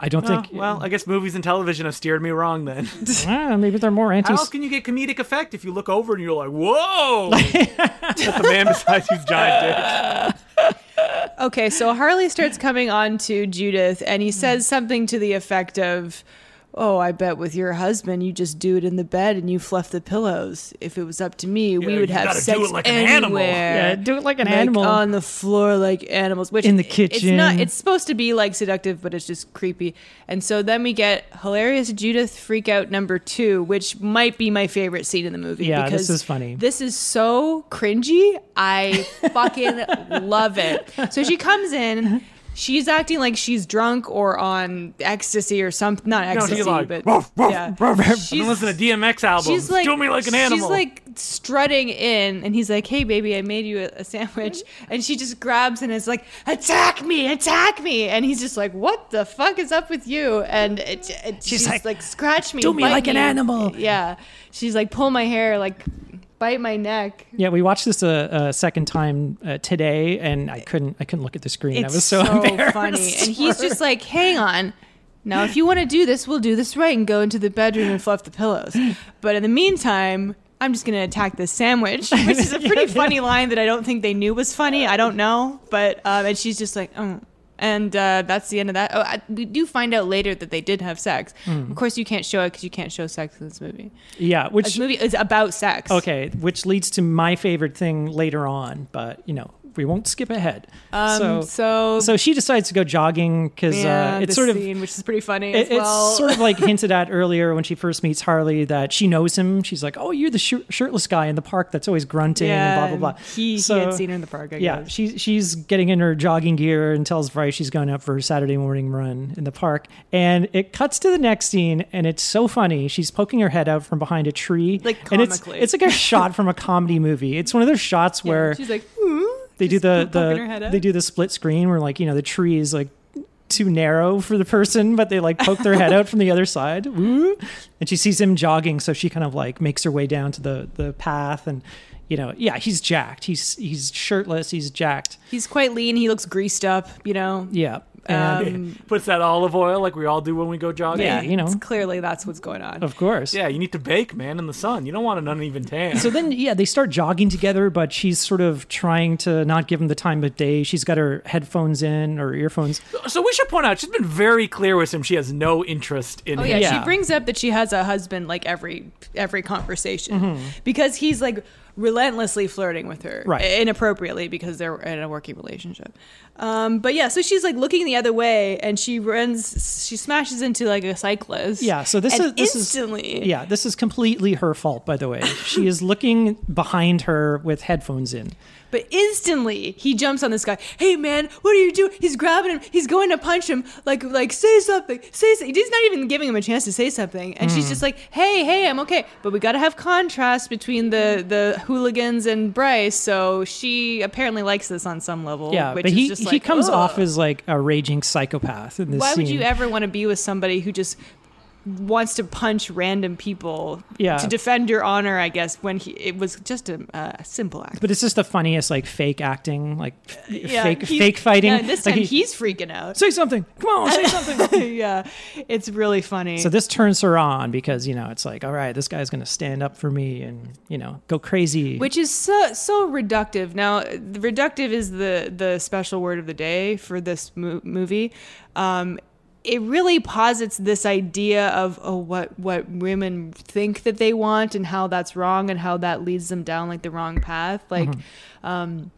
I don't oh, think. well, I guess movies and television have steered me wrong then. Ah, maybe they're more anti. How else can you get comedic effect if you look over and you're like, whoa? That's the man besides you's giant Okay, so Harley starts coming on to Judith, and he says something to the effect of, "Oh, I bet with your husband, you just do it in the bed and you fluff the pillows. If it was up to me, we Yeah, would you have gotta do sex it like an animal." anywhere. yeah, do it like an Like, animal. on the floor like animals. Which In the It's not. kitchen. It's supposed to be like seductive, but it's just creepy. And so then we get hilarious Judith freakout number two, which might be my favorite scene in the movie. Yeah, this because is funny. This is so cringy. I fucking love it. So she comes in. She's acting like she's drunk or on ecstasy or something. Not No, ecstasy, she's like, but woof, woof, yeah. woof, woof. I've been She's- listening to DMX albums. She's like, Do me like an animal. She's like strutting in, and he's like, "Hey, baby, I made you a, a sandwich." And she just grabs and is like, "Attack me! Attack me!" And he's just like, "What the fuck is up with you?" And it, it, she's, like, like, "Scratch me! "Do me bite like an animal." Yeah, she's like, "Pull my hair! Like, bite my neck!" Yeah, we watched this a, a second time uh, today, and I couldn't. I couldn't look at the screen. I It's was so, embarrassed. funny, and he's just like, "Hang on." Now, if you want to do this, we'll do this right and go into the bedroom and fluff the pillows. But in the meantime, I'm just going to attack this sandwich, which is a pretty funny line that I don't think they knew was funny. I don't know, but um, and she's just like, "Oh," and uh, that's the end of that. Oh, I, we do find out later that they did have sex. Hmm. Of course, you can't show it because you can't show sex in this movie. yeah, This which movie is about sex. okay, which leads to my favorite thing later on. But you know, we won't skip ahead. Um, so, so, so she decides to go jogging because yeah, uh, it's this sort of scene, which is pretty funny as it- it's well. sort of like hinted at earlier when she first meets Harley that she knows him. She's like, "Oh, you're the shir- shirtless guy in the park that's always grunting yeah, and blah blah blah." and He, So- he had seen her in the park. I yeah, guess. she, she's getting in her jogging gear and tells Bryce she's going out for her Saturday morning run in the park. And it cuts to the next scene, and it's so funny. She's poking her head out from behind a tree, Like, and it's comically. it's like a shot from a comedy movie. It's one of those shots Yeah, where she's like, "Ooh," they do just the poking her head the out. they do the split screen where like you know the tree is like too narrow for the person, but they like poke their head out from the other side. Woo! And she sees him jogging, so she kind of like makes her way down to the the path and. You know, yeah, he's jacked. He's he's shirtless. He's jacked. He's quite lean. He looks greased up. You know. Yeah. And Um, Puts that olive oil like we all do when we go jogging. yeah, you know. it's clearly that's what's going on. of course. Yeah, you need to bake, man, in the sun. You don't want an uneven tan. So then, yeah, they start jogging together, but she's sort of trying to not give him the time of day. She's got her headphones in or earphones. So we should point out she's been very clear with him. She has no interest in Oh him. yeah, Yeah. she brings up that she has a husband like every every conversation because he's like relentlessly flirting with her Mm-hmm. Right. inappropriately because they're in a working relationship. Um, but yeah, so she's like looking the other way and she runs, she smashes into like a cyclist. Yeah, so this and is- this is- instantly. Yeah, this is completely her fault, by the way. She is looking behind her with headphones in. But instantly he jumps on this guy. Hey man, what are you doing? He's grabbing him. He's going to punch him. Like like say something. Say something. He's not even giving him a chance to say something. And Hmm. she's just like, hey hey, I'm okay. But we gotta have contrast between the the hooligans and Bryce. So she apparently likes this on some level. Yeah, Oh, which but is he just he like, comes ugh. off as like a raging psychopath in this Why would scene. you ever want to be with somebody who just wants to punch random people Yeah. to defend your honor? I guess when he it was just a uh, simple act. but it's just the funniest, like fake acting, like f- Yeah, fake he's- fake fighting. Yeah, this Like, time he- he's freaking out. say something. Come on, say something. yeah, it's really funny. So this turns her on because you know it's like, all right, this guy's going to stand up for me and you know go crazy. which is so so reductive. Now, the reductive is the the special word of the day for this mo- movie. Um, it really posits this idea of oh, what what women think that they want and how that's wrong and how that leads them down like the wrong path. Like, um,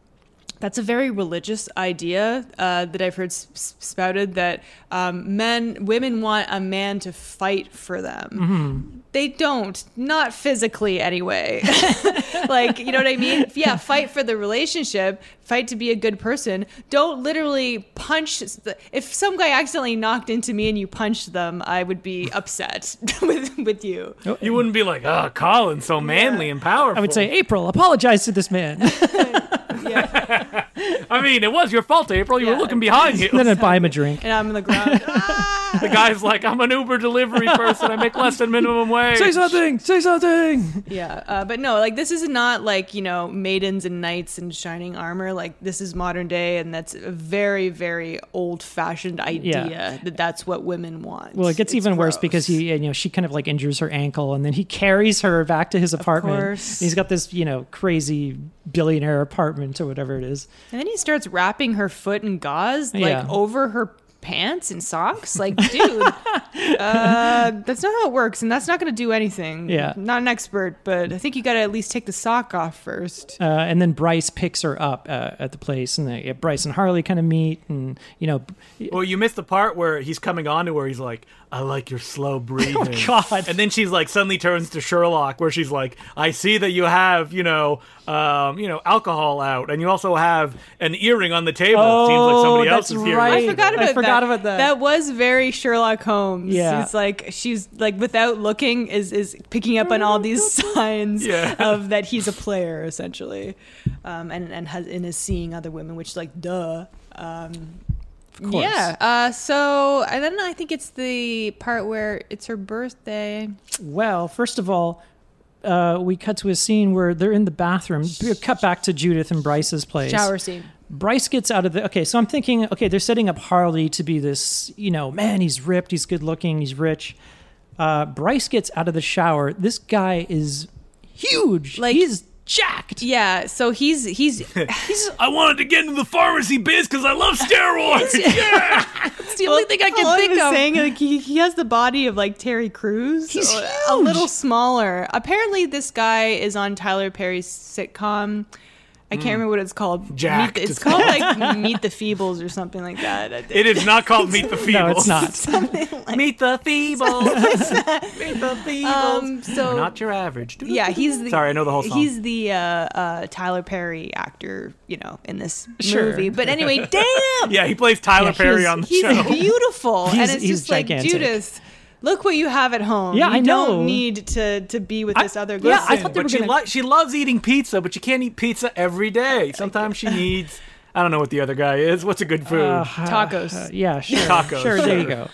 That's a very religious idea uh, that I've heard s- s- spouted that um, men, women want a man to fight for them. They don't, not physically anyway. like, you know what I mean? Yeah, fight for the relationship, fight to be a good person. Don't literally punch. The, if some guy accidentally knocked into me and you punched them, I would be upset with, with you. You wouldn't be like, ah, Colin's so manly and powerful. I would say, April, apologize to this man. and I mean, it was your fault, April. You were Yeah. looking behind you. then I'd buy him a drink. And I'm on the ground. the guy's like, I'm an Uber delivery person. I make less than minimum wage. Say something. Say something. Yeah, uh, but no, like this is not like you know maidens and knights and shining armor. Like this is modern day, and that's a very, very old-fashioned idea Yeah. that that's what women want. Well, it gets It's even worse gross. because he, you know, she kind of like injures her ankle, and then he carries her back to his apartment. course. And he's got this, you know, crazy billionaire apartment or whatever it is. and then he starts wrapping her foot in gauze, like Yeah. over her pants and socks. Like, dude, uh, that's not how it works, and that's not going to do anything. Yeah. not an expert, but I think you got to at least take the sock off first. Uh, and then Bryce picks her up uh, at the place, and they, Bryce and Harley kind of meet, and you know, Well, you missed the part where he's coming on to where he's like, I like your Oh, slow breathing. God. And then she's like, suddenly turns to Sherlock, where she's like, I see that you have, you know, um, you know, alcohol out, and you also have an earring on the table. it seems like somebody Oh, else that's is here. right. I forgot I about that. forgot about that. That was very Sherlock Holmes. Yeah. It's like she's like without looking is is picking up on all these signs Yeah. of that he's a player essentially, um, and and has and is seeing other women, which like duh. Um, course. Yeah. Uh, so and then I think it's the part where it's her birthday. Well, first of all, uh, we cut to a scene where they're in the bathroom. We're cut back to Judith and Bryce's place. Shower scene. Bryce gets out of the. Okay, so I'm thinking, okay, they're setting up Harley to be this, you know, man, he's ripped, he's good looking, he's rich. Uh, Bryce gets out of the shower. This guy is huge. Like- he's jacked. Yeah. So he's he's He's I wanted to get into the pharmacy biz because I love steroids. yeah. It's the only thing I all can I think was of. Saying, like, he, he has the body of like Terry Crews. He's or A huge. little smaller. Apparently, this guy is on Tyler Perry's sitcom. I Hmm. can't remember what it's called. Meet Jacked, the- it's it's called like Meet the Feebles or something like that. I think. It is not called Meet the Feebles. No, it's not. Meet the Feebles. oh, Meet the Feebles. Um, so- We're not your average. Yeah, he's the, Sorry, I know the whole song. He's the uh, uh, Tyler Perry actor, you know, in this Sure. movie. But anyway, damn, Yeah, he plays Tyler Yeah, he Perry is- on the he's show. beautiful, He's- and it's he's just like gigantic. Judas. Look what you have at home. Yeah, you I know. Don't need to to be with I- this other girl. yeah, I thought they but were she, gonna- lo- she loves eating pizza, but she can't eat pizza every day. Sometimes she needs. I don't know what the other guy is. What's a good food? Uh, Tacos. uh, yeah, sure. Tacos, Sure, there you sure. go.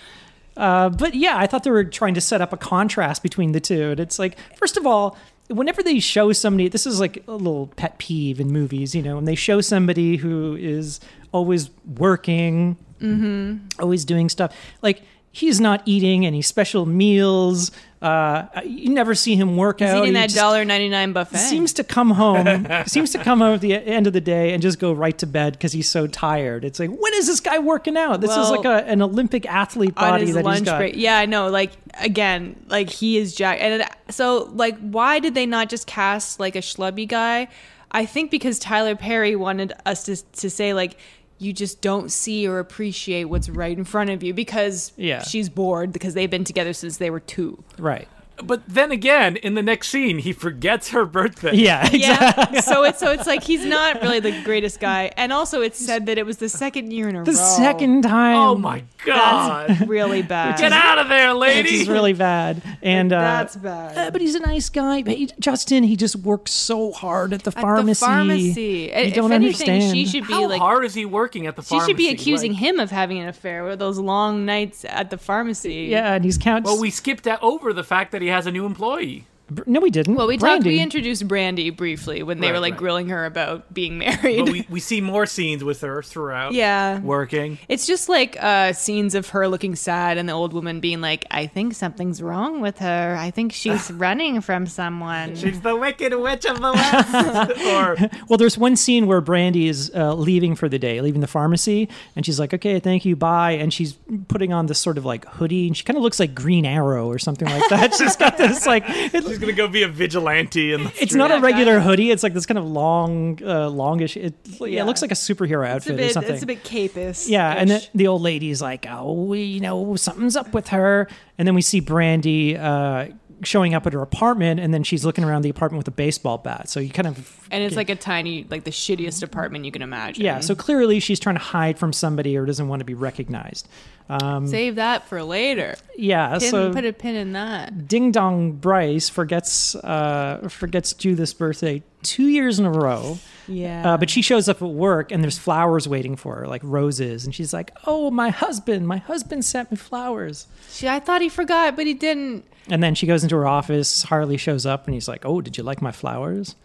Uh, but yeah, I thought they were trying to set up a contrast between the two. And it's like, first of all, whenever they show somebody, this is like a little pet peeve in movies, you know, when they show somebody who is always working, Mm-hmm. always doing stuff, like he's not eating any special meals. Uh, you never see him work He's out. eating He that just- dollar ninety nine buffet. seems to come home seems to come home at the end of the day and just go right to bed because he's so tired it's like when is this guy working out this is Well, like a, an olympic athlete on body his that he's lunch got break. Yeah, I know. Like again, like he is Jack. And it, so, like, why did they not just cast like a schlubby guy? I think because Tyler Perry wanted us to to say like. You just don't see or appreciate what's right in front of you because Yeah. she's bored because they've been together since they were two. right But then again, in the next scene, he forgets her birthday. yeah exactly Yeah. so it's so it's like he's not really the greatest guy. And also it's said that it was the second year in a row. the second time Oh my God! really bad. Get out of there, which lady. is really bad and uh, That's bad. uh, but he's a nice guy but he, justin he just works so hard at the At pharmacy the pharmacy. you I- if don't anything, understand she should be How like hard is he working at the she pharmacy? should be accusing Like, him of having an affair with those long nights at the pharmacy. yeah and he's counts Well, we skipped that over the fact that he has a new employee. no we didn't Well, we talked. Brandy. We introduced Brandy briefly when they Right, were like right. grilling her about being married. But we, we see more scenes with her throughout. yeah. Working. It's just like uh, scenes of her looking sad and the old woman being like, I think something's wrong with her. I think she's running from someone. She's the Wicked Witch of the West. or Well, there's one scene where Brandy is uh, leaving for the day, leaving the pharmacy, and she's like, "Okay, thank you, bye." And she's putting on this sort of like hoodie, and she kind of looks like Green Arrow or something like that. she's got this like it, she's gonna go be a vigilante in the it's street. not a regular hoodie; it's like this kind of long, uh, longish. It, yeah, Yeah. it looks like a superhero It's a outfit or bit something. it's a bit capist. yeah, and the, the old lady's like, "Oh, we, you know, something's up with her," and then we see Brandy. Uh, Showing up at her apartment, and then she's looking around the apartment with a baseball bat. So you kind of And it's like a tiny, like the shittiest apartment you can imagine. Yeah, so clearly she's trying to hide from somebody or doesn't want to be recognized. Um, Save that for later. yeah, Pin, so put a pin in that. Ding Dong Bryce forgets uh, forgets Judith's birthday two years in a row. Yeah. Uh, but she shows up at work and there's flowers waiting for her, like roses, and she's like, "Oh, my husband! My husband sent me flowers." She, I thought he forgot, but he didn't. And then she goes into her office. Harley shows up and he's like, "Oh, did you like my flowers?"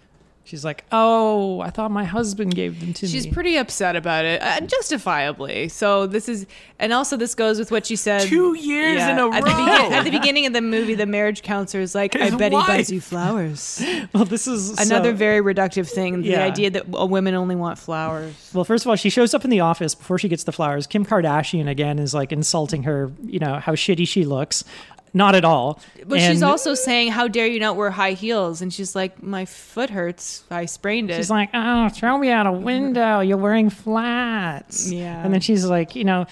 She's like, "Oh, I thought my husband gave them to me." She's pretty upset about it, uh, justifiably. So this is, and also this goes with what she said. Two years Yeah, in a at row. the begin- at the beginning of the movie, the marriage counselor is like, His "I bet he wife. buys you flowers." well. This is so- Another very reductive thing: the Yeah. idea that uh, women only want flowers. Well, first of all, she shows up in the office before she gets the flowers. Kim Kardashian again is like insulting her, you know, how shitty she looks. Not at all. But she's And also saying, "How dare you not wear high heels?" And she's like, "My foot hurts. I sprained it." she's like, "Oh, throw me out a window. You're wearing flats." Yeah. And then she's like, you know,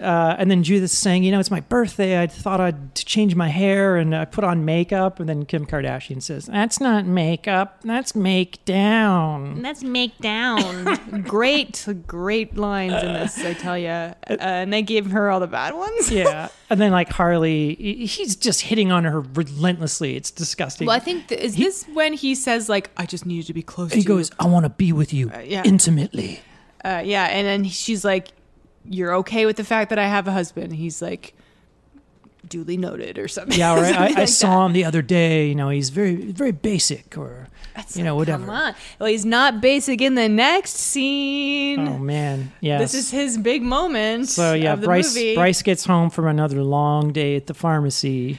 uh, and then Judith's saying, you know, it's my birthday. I thought I'd t- change my hair and I put on makeup. And then Kim Kardashian says, "That's not makeup. That's make down." Let's make down. great, great lines in this, I tell you. Uh, and they gave her all the bad ones. yeah. And then like Harley, he- he's just hitting on her relentlessly. It's disgusting. well, I think th- is this when he says like, "I just needed to be close." He to you." goes, I want to be with you yeah. intimately. uh, "Yeah," and then she's like, "You're okay with the fact that I have a husband?" He's like, "Duly noted," or something. Yeah, right. I, Something I like saw him the other day. You know, he's very, very basic, or you know, that. whatever. Come on. Well, he's not basic in the next scene. Oh man, yeah. This is his big moment. so. Yeah, of the Bryce. Movie. Bryce gets home from another long day at the pharmacy.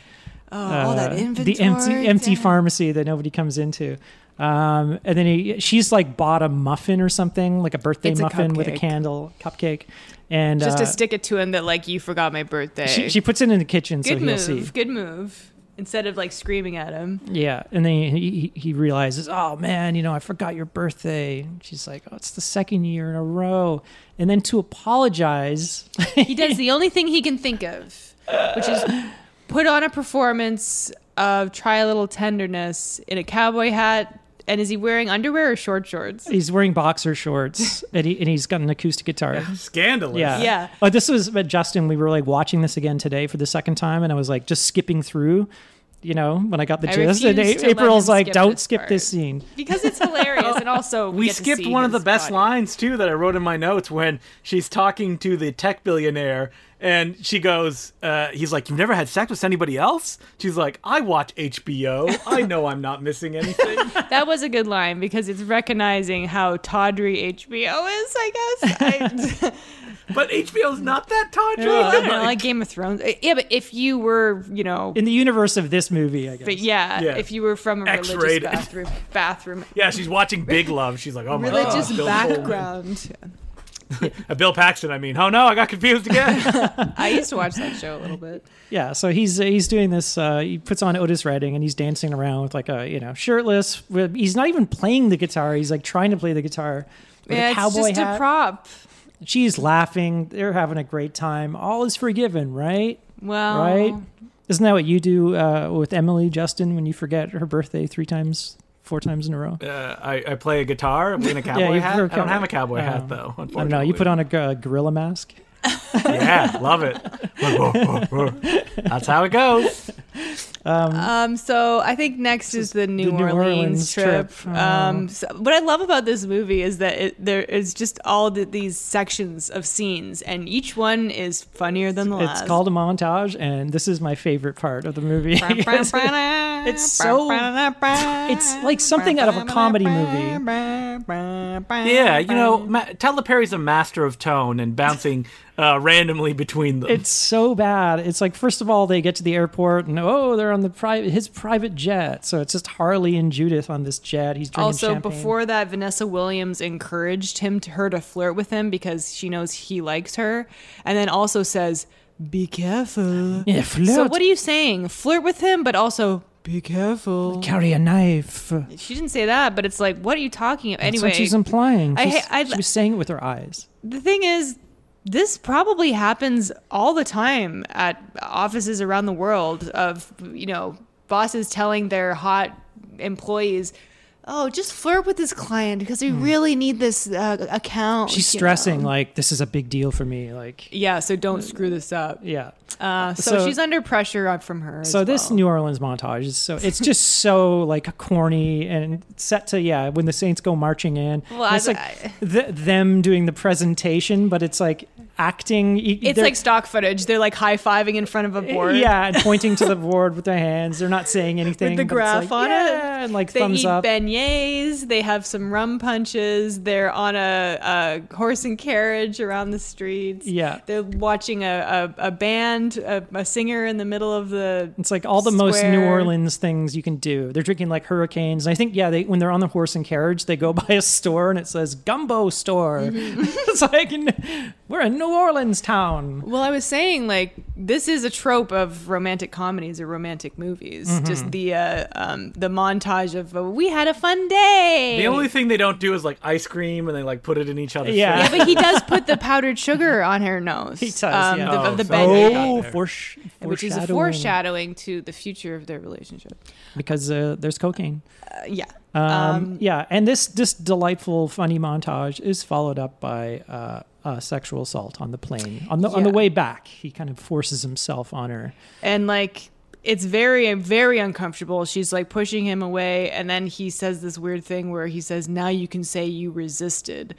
Oh, all that inventory. uh, the empty, empty damn. pharmacy that nobody comes into. Um, and then he, she's like bought a muffin or something, like a birthday It's a muffin with a cupcake. candle, cupcake, and Just uh, to stick it to him that like you forgot my birthday. she, she puts it in the kitchen so good he'll move. see. Good move. instead of like screaming at him. Yeah, and then he, he he realizes, oh man, you know, I forgot your birthday. And she's like, oh, it's the second year in a row. And then to apologize, He does the only thing he can think of, which is put on a performance of try a little tenderness in a cowboy hat. And is he wearing underwear or short shorts? he's wearing boxer shorts and, he, and he's got an acoustic guitar. Scandalous. Yeah. Yeah. Oh, this was but Justin. We were like watching this again today for the second time, and I was like just skipping through, you know, when I got the I gist. And refuse to let April's him like, skip don't this skip part." this scene. Because it's hilarious, and also we, We get to skipped see one of the his best body. lines too that I wrote in my notes when she's talking to the tech billionaire and she goes, uh, he's like, You've never had sex with anybody else? She's like, I watch HBO. I know I'm not missing anything. That was a good line because it's recognizing how tawdry HBO is. I guess. I, but HBO's not that tawdry. I don't know, Like, like Game of Thrones. Uh, Yeah, but if you were, you know, In the universe of this movie, I guess. but yeah, Yeah. if you were from a X-rated. religious bathroom, bathroom, yeah, she's watching Big Love. She's like, Oh my god. religious Bill Pullman." background. Uh, Bill Paxton, I mean. Oh no, I got confused again. I used to watch that show a little bit. Yeah, so he's he's doing this. Uh, he puts on Otis Redding and he's dancing around with like a you know shirtless. with- He's not even playing the guitar. He's like trying to play the guitar with Yeah, a it's cowboy just hat. a prop. She's laughing. They're having a great time. All is forgiven, right? Well, Right? Isn't that what you do uh, with Emily Justin when you forget her birthday three times, four times in a row? uh, I, I play a guitar. I'm in a cowboy you hat. prefer I don't have a cowboy cowboy- Oh. hat though. I don't know. You unfortunately. put on a, g- a gorilla mask. yeah, love it. Whoa, whoa, whoa. That's how it goes. Um, so I think next is the New, the New Orleans, Orleans trip. trip. Oh. Um, so what I love about this movie is that it, there is just all the, these sections of scenes, and each one is funnier than the last. It's called a montage, and this is my favorite part of the movie. Because it's so- it's like something out of a comedy movie. Yeah, you know, Ma- Tyler Perry's a master of tone and bouncing uh, randomly between them. It's so bad. It's like first of all they get to the airport and oh they're on the private his private jet. So it's just Harley and Judith on this jet. He's drinking Also, champagne. before that, Vanessa Williams encouraged him to her to flirt with him because she knows he likes her, and then also says, "Be careful." yeah, flirt, So what are you saying? Flirt with him, but also be careful. carry a knife. She didn't say that, but it's like, what are you talking about? That's Anyway, what she's implying. I She's- ha- I- she was saying it with her eyes. the thing is, this probably happens all the time at offices around the world of, you know, bosses telling their hot employees, oh, just flirt with this client because we really need this uh, account. Hmm. She's you know? stressing like this is a big deal for me. Like Yeah, so don't screw this up. yeah. Uh, so, So- she's under pressure on- from her. So this New Orleans montage is so it's just so like corny and set to yeah when the Saints go marching in. Well, And it's I- like th- them doing the presentation, but it's like acting. e- it's they're- like stock footage. They're like high fiving in front of a board. Eh, Yeah, and pointing to the board with their hands. They're not saying anything. the but it's graph like, on yeah, it. and like They thumbs eat up. beignets. They have some rum punches. They're on a, a horse and carriage around the streets. Yeah. they're watching a, a, a band, a, a singer in the middle of the. It's like all the most New Square. Orleans things you can do. They're drinking like hurricanes. And I think, yeah, they when they're on the horse and carriage, they go by a store and it says gumbo store. Mm-hmm. it's like n- we're in New Orleans town. Well, I was saying like this is a trope of romantic comedies or romantic movies. Just the uh, um, the montage of uh, we had a fun day. the only thing they don't do is like ice cream and they like put it in each other's Yeah. yeah, face. but he does put the powdered sugar on her nose. um, He does, yeah. the, Oh, of the so- beignet. Oh, foresh- which is a foreshadowing. foreshadowing to the future of their relationship. because uh, there's cocaine. Uh, yeah. Um, yeah, and this this delightful, funny montage is followed up by uh, a sexual assault on the plane on the on the Yeah. way back. He kind of forces himself on her. And like it's very very uncomfortable. She's like pushing him away and then he says this weird thing where he says now you can say you resisted.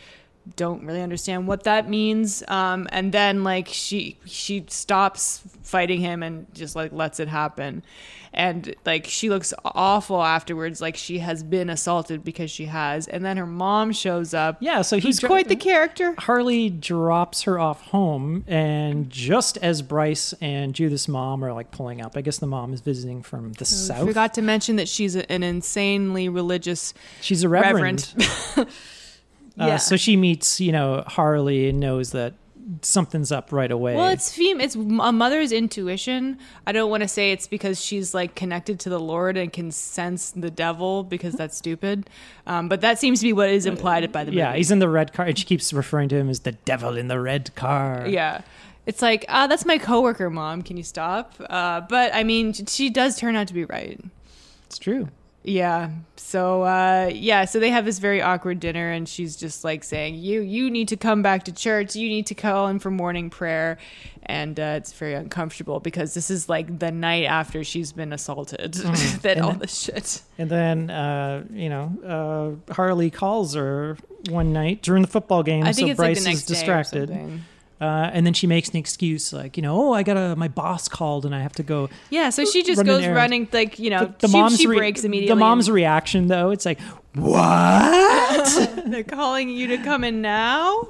Don't really understand what that means. Um and then like she she stops fighting him and just like lets it happen. And like she looks awful afterwards like she has been assaulted because she has. And then her mom shows up. Yeah, so he's Who's quite the character. Harley drops her off home, and just as Bryce and Judith's mom are like pulling up, I guess the mom is visiting from the south. Oh, Forgot to mention that she's a- an insanely religious uh, She's a reverend. reverend. Uh, So she meets, you know, Harley and knows that something's up right away. Well, it's fem- it's a mother's intuition. I don't want to say it's because she's like connected to the Lord and can sense the devil because that's stupid. Um, but that seems to be what is implied by the movie. yeah, he's in the red car, and she keeps referring to him as the devil in the red car. Yeah. It's like, ah, that's my coworker, mom. Can you stop? Uh, but I mean, she does turn out to be right. it's true. Yeah. So uh, yeah, so they have this very awkward dinner, and she's just like saying, "You you need to come back to church. You need to call in for morning prayer," and uh, it's very uncomfortable because this is like the night after she's been assaulted. Mm. that all this shit. And then uh, you know uh, Harley calls her one night during the football game, I think so it's Bryce like the next is day or distracted. something. Uh, and then she makes an excuse like, you know, oh, I got to my boss called and I have to go. Yeah. So she just Run an goes errand. running, like you know, But the she, mom's she re- breaks immediately. The mom's and reaction though, it's like, what? they're calling you to come in now.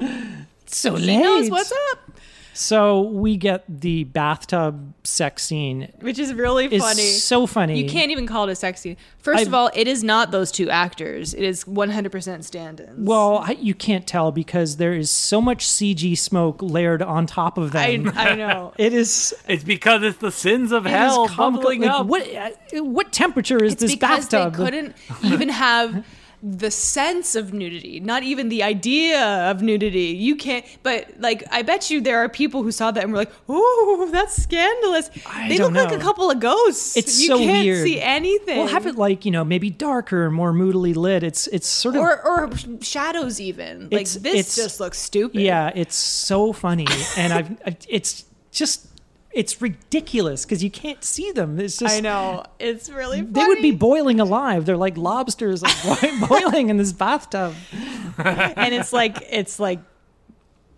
so She knows what's up, So we get the bathtub sex scene. which is really It's funny. so funny. You can't even call it a sex scene. 1st I've- of all, it is not those two actors. It is 100% stand-ins. Well, I, you can't tell because there is so much CG smoke layered on top of I, them. I know. it is It's because it's the sins of it is hell comical. bubbling Like, up. What uh, what temperature is It's this because bathtub? they couldn't even have the sense of nudity, not even the idea of nudity. You can't. But like, I bet you there are people who saw that and were like, "Ooh, that's scandalous." I they don't look like know. a couple of ghosts. It's you so can't weird. see anything. We'll have it like you know maybe darker, more moodily lit. It's it's sort of or or shadows even. Like It's- this it's- just looks stupid. yeah, it's so funny, and I've, i it's just it's ridiculous because you can't see them. It's just I know. It's really funny. They would be boiling alive. They're like lobsters, like boi- boiling in this bathtub. and it's like it's like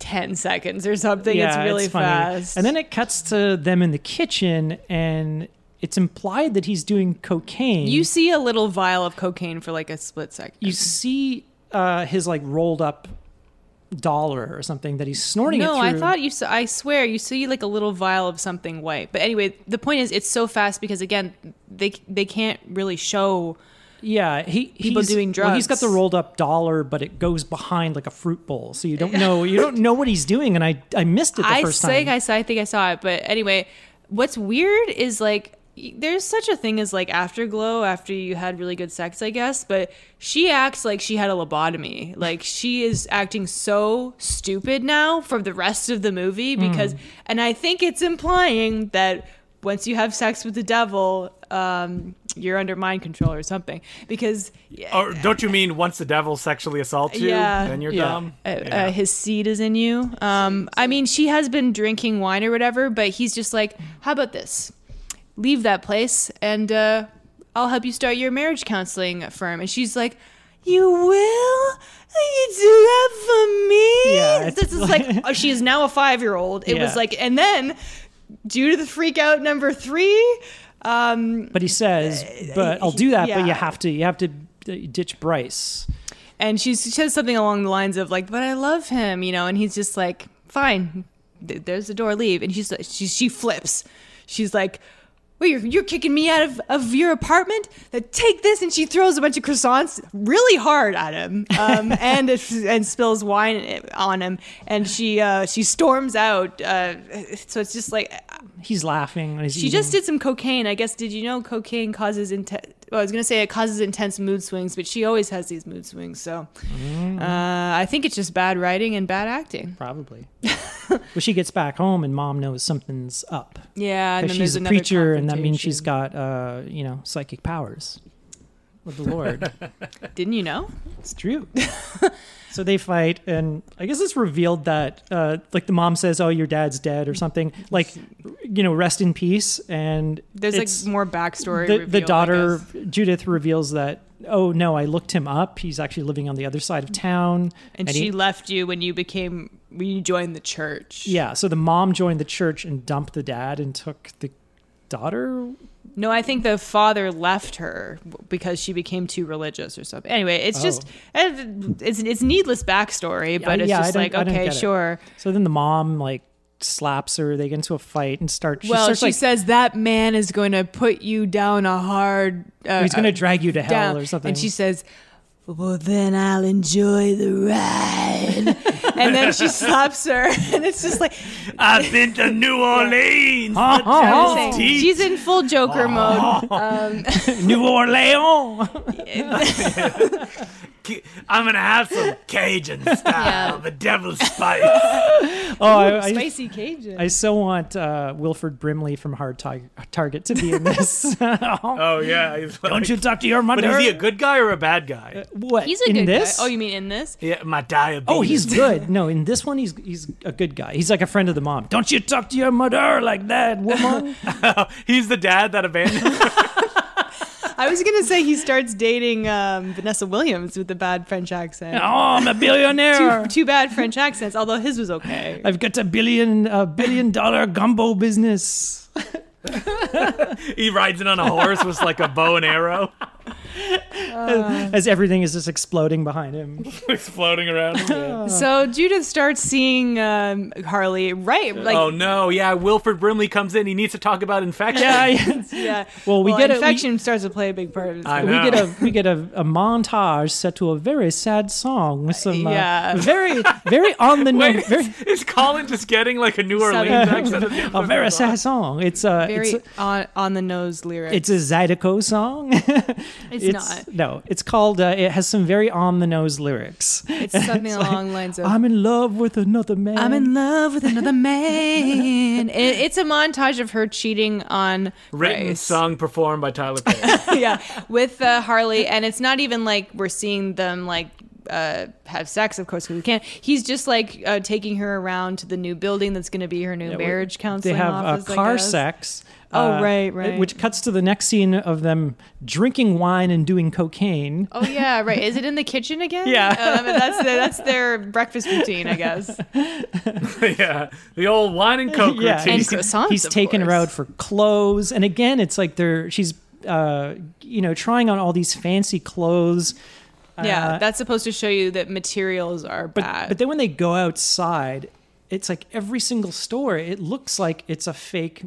10 seconds or something it's really funny. fast And then it cuts to them in the kitchen, and it's implied that he's doing cocaine. you see a little vial of cocaine for like a split second you see uh, his like rolled up dollar or something that he's snorting. it no i through. thought you saw i swear you see like a little vial of something white but anyway the point is it's so fast because again they they can't really show Yeah, he People he's- doing well, he's got drugs. the rolled up dollar, but it goes behind like a fruit bowl, so you don't know you don't know what he's doing. And I I missed it the I first think time. I saw. I think I saw it. But anyway, what's weird is like y- there's such a thing as like afterglow after you had really good sex, I guess. But she acts like she had a lobotomy. Like she is acting so stupid now for the rest of the movie Hmm. because, and I think it's implying that. Once you have sex with the devil, um, you're under mind control or something. Because Or don't you mean once the devil sexually assaults you, Yeah. then you're Yeah. dumb? uh, uh, his seed is in you. Um, I mean, she has been drinking wine or whatever, but he's just like, how about this? Leave that place and uh, I'll help you start your marriage counseling firm. And she's like, you will? You do that for me? Yeah, it's this is like, oh, she is now a five year old. It Yeah. was like, and then due to the freak out number three, um, but he says, "But I'll do that." But you yeah. have to you have to uh, ditch Bryce. and she says something along the lines of like, "But I love him," you know, and he's just like, "Fine, Th- there's the door, leave." And she's she she flips, she's like. Wait, you're, you're kicking me out of, of your apartment? Now take this, and she throws a bunch of croissants really hard at him, um, and it, and spills wine on him, and she uh, she storms out. Uh, so it's just like He's laughing. When he's she just did some cocaine. I guess. Did you know cocaine causes intense? Well, I was gonna say it causes intense mood swings, but she always has these mood swings. So uh, I think it's just bad writing and bad acting. probably. well, she gets back home, and mom knows something's up. Yeah, and 'Cause then she's there's a another preacher, and that means she's confrontation. got uh, you know psychic powers with the Lord. Didn't you know? It's true. so they fight, and I guess it's revealed that, uh, like, the mom says, "Oh, your dad's dead" or something. Like, you know, rest in peace. And There's it's- like more backstory. the, revealed, the I daughter guess. Judith reveals that, "Oh no, I looked him up. He's actually living on the other side of town." and, he- she left you when you became when you joined the church. yeah. So the mom joined the church and dumped the dad and took the daughter. No, I think the father left her because she became too religious or something. Anyway, it's Oh. just eh, it's it's needless backstory, but it's yeah, I just don't- like I don't okay, get it. sure. So then the mom like slaps her. They get into a fight and start. She well, starts, she like, says that man is going to put you down a hard. Uh, "Oh, he's going uh, to drag you to hell down. or something. And she says, "Well, then I'll enjoy the ride." and then she slaps her, and it's just like I've been to New Orleans. I'm saying, she's in full Joker mode. New Orleans. Oh, I'm gonna have some Cajun style, Yeah. the devil's spice. Oh, I, I, Spicy Cajun. I so want uh, Wilfred Brimley from Hard Tar- Target to be in this. oh yeah, he's like- Don't you talk to your mother. But is he a good guy or a bad guy? what? He's a in good this? guy. Oh, you mean in this? Uh, Yeah, my diabetes. Oh, he's good. No, in this one, he's he's a good guy. He's like a friend of the mom. Don't you talk to your mother like that, woman? Oh, he's the dad that abandoned. I was gonna say he starts dating um, Vanessa Williams with the bad French accent. oh, I'm a billionaire. Two, two bad French accents, although his was okay. I've got a billion a billion dollar gumbo business. he rides in on a horse with like a bow and arrow, As everything is just exploding behind him. exploding around. So Judith starts seeing um, Harley right, like oh no, yeah. Wilfred Brimley comes in. He needs to talk about infection. Yeah. yeah. yeah. Well, we get a- infection starts to play a big part of this. I We know. get a we get a, a montage set to a very sad song with some uh, Yeah. very very on the note very Is Colin just getting like a New Orleans Southern- accent? at the end a of very the sad song? song. It's a Very it's a, on on the nose lyrics. it's a Zydeco song. It's not. No, it's called. Uh, it has some very on the nose lyrics. It's something along lines of I'm in love with another man. I'm in love with another man. It, it's a montage of her cheating on Written Bryce. sung performed by Tyler Perry. yeah, with uh, Harley, and it's not even like we're seeing them like uh, have sex, of course, because we can't. He's just like uh, taking her around to the new building that's going to be her new Yeah, we- marriage They counseling. have office, uh, I car guess. sex. Oh, uh, right, right. Which cuts to the next scene of them drinking wine and doing cocaine. Oh yeah, right. Is it in the kitchen again? Yeah. um, that's their, that's their breakfast routine, I guess. yeah, the old wine and coke Yeah, routine. And He's- croissants. He's of taking her course. out for clothes, and again, it's like they're she's uh, you know trying on all these fancy clothes. yeah, uh, that's supposed to show you that materials are But bad. but then when they go outside, it's like every single store. It looks like it's a fake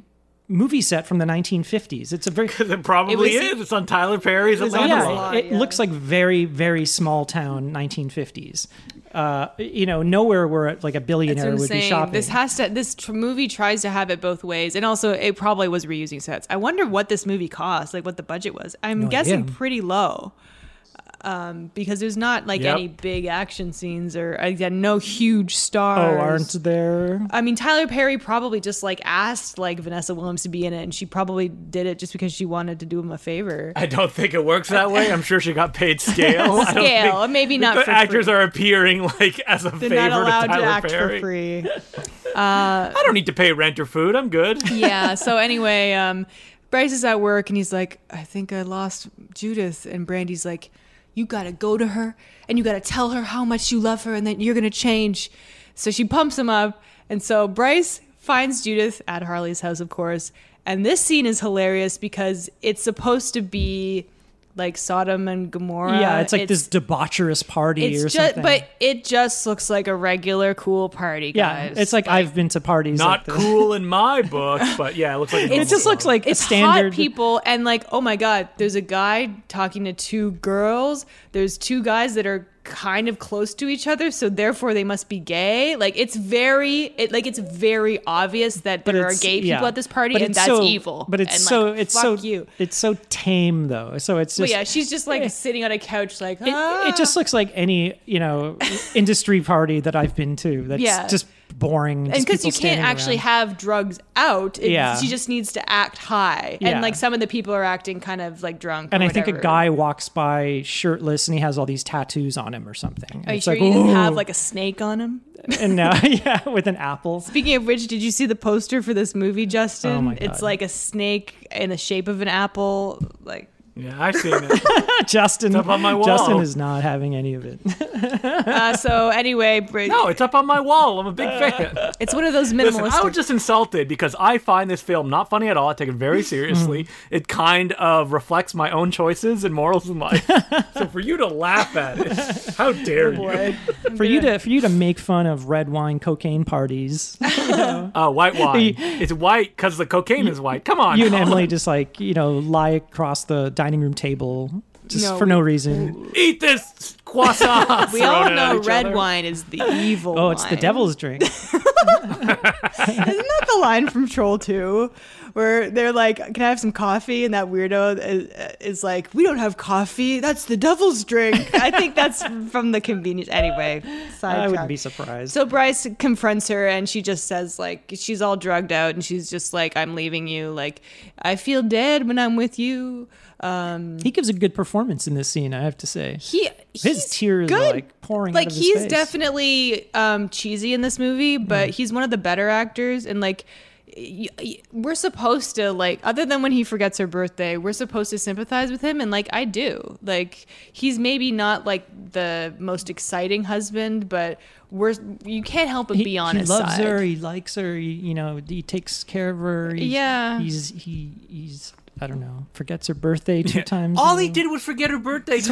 movie set from the 1950s. It's a very It probably It was- is. It's on Tyler Perry's Atlanta on yeah, a lot. lot, it, it yeah. looks like very very small town 1950s. Uh, you know, nowhere where like a That's what billionaire I'm would be saying. shopping. This has to. This tr- movie tries to have it both ways, and also it probably was reusing sets. I wonder what this movie cost, like what the budget was. I'm No guessing idea. pretty low, um, because there's not like Yep. any big action scenes or again, no huge oh, stars. aren't there? I mean, Tyler Perry probably just like asked like Vanessa Williams to be in it, and she probably did it just because she wanted to do him a favor. I don't think it works that way. I'm sure she got paid scale. I don't Scale, think- maybe not The for actors free. are appearing like as a They're favor not allowed to Tyler to act Perry. for free. I don't need to pay rent or food. I'm good. yeah. So anyway, um, Bryce is at work and he's like, I think I lost Judith. And Brandy's like, You gotta go to her and you gotta tell her how much you love her and that you're gonna change. So she pumps him up. And so Bryce finds Judith at Harley's house, of course. And this scene is hilarious because it's supposed to be like Sodom and Gomorrah. yeah, it's like this debaucherous party Uh, It's or just, something. but it just looks like a regular cool party, yeah, guys. it's like, I've been to parties. Not like this. cool in my book, but yeah, it looks like a normal It just looks book. like it's a standard hot people and like oh my god there's a guy talking to two girls there's two guys that are kind of close to each other so therefore they must be gay like it's very it like it's very obvious that there are it's- gay people yeah. at this party But and it's that's so- evil But it's And, like, so it's fuck so you it's so tame though. So it's but just yeah she's just like Yeah. sitting on a couch like "Ah." it, it just looks like any you know industry party that I've been to. That's Yeah. just boring. and because because you can't actually have drugs out, it, Yeah. she just needs to act high, Yeah. and like some of the people are acting kind of like drunk. or And I think a whatever. guy walks by shirtless and he has all these tattoos on him or something. Are you it's sure like, you didn't have "Ooh." like a snake on him? and now yeah, with an apple. Speaking of which, did you see the poster for this movie, Justin? Oh my God. It's like a snake in the shape of an apple. Like, yeah, I've seen it. Justin up on my wall. Justin is not having any of it. uh, so anyway, Bra- No, it's up on my wall. I'm a big Uh, fan. it's one of those Listen, minimalistic. I was just insulted because I find this film not funny at all. I take it Mm. very seriously. it kind of reflects my own choices and morals in life. so for you to laugh at it, how dare you? for you to for you to make fun of red wine cocaine parties. Oh, white wine. it's white because the cocaine is white. Come on. you and Colin. Emily just like you know lie across the dining room table. just No, for no reason. Eat this croissant. We all Throwing it at know each red other. wine is the evil. Oh, it's the wine. devil's drink. Isn't that the line from Troll 2 where they're like, Can I have some coffee? And that weirdo is, is like, We don't have coffee. That's the devil's drink. I think that's from the convenience. Anyway, I wouldn't sidetrack. be surprised. So Bryce confronts her and she just says, like, she's all drugged out and she's just like, I'm leaving you. Like, I feel dead when I'm with you. Um, he gives a good performance in this scene, I have to say. he, His he's tears are good. like pouring like out of his he's face. Mm. definitely um cheesy in this movie but he's one of the better actors and like y- y- we're supposed to like other than when he forgets her birthday we're supposed to sympathize with him and like i do like he's maybe not like the most exciting husband but we're you can't help but he, be on he his loves side her. He likes her. He, you know, he takes care of her. He's, Yeah. he's he he's I don't know. Forgets her birthday two Yeah. times. All in a he row. did was forget her birthday twice.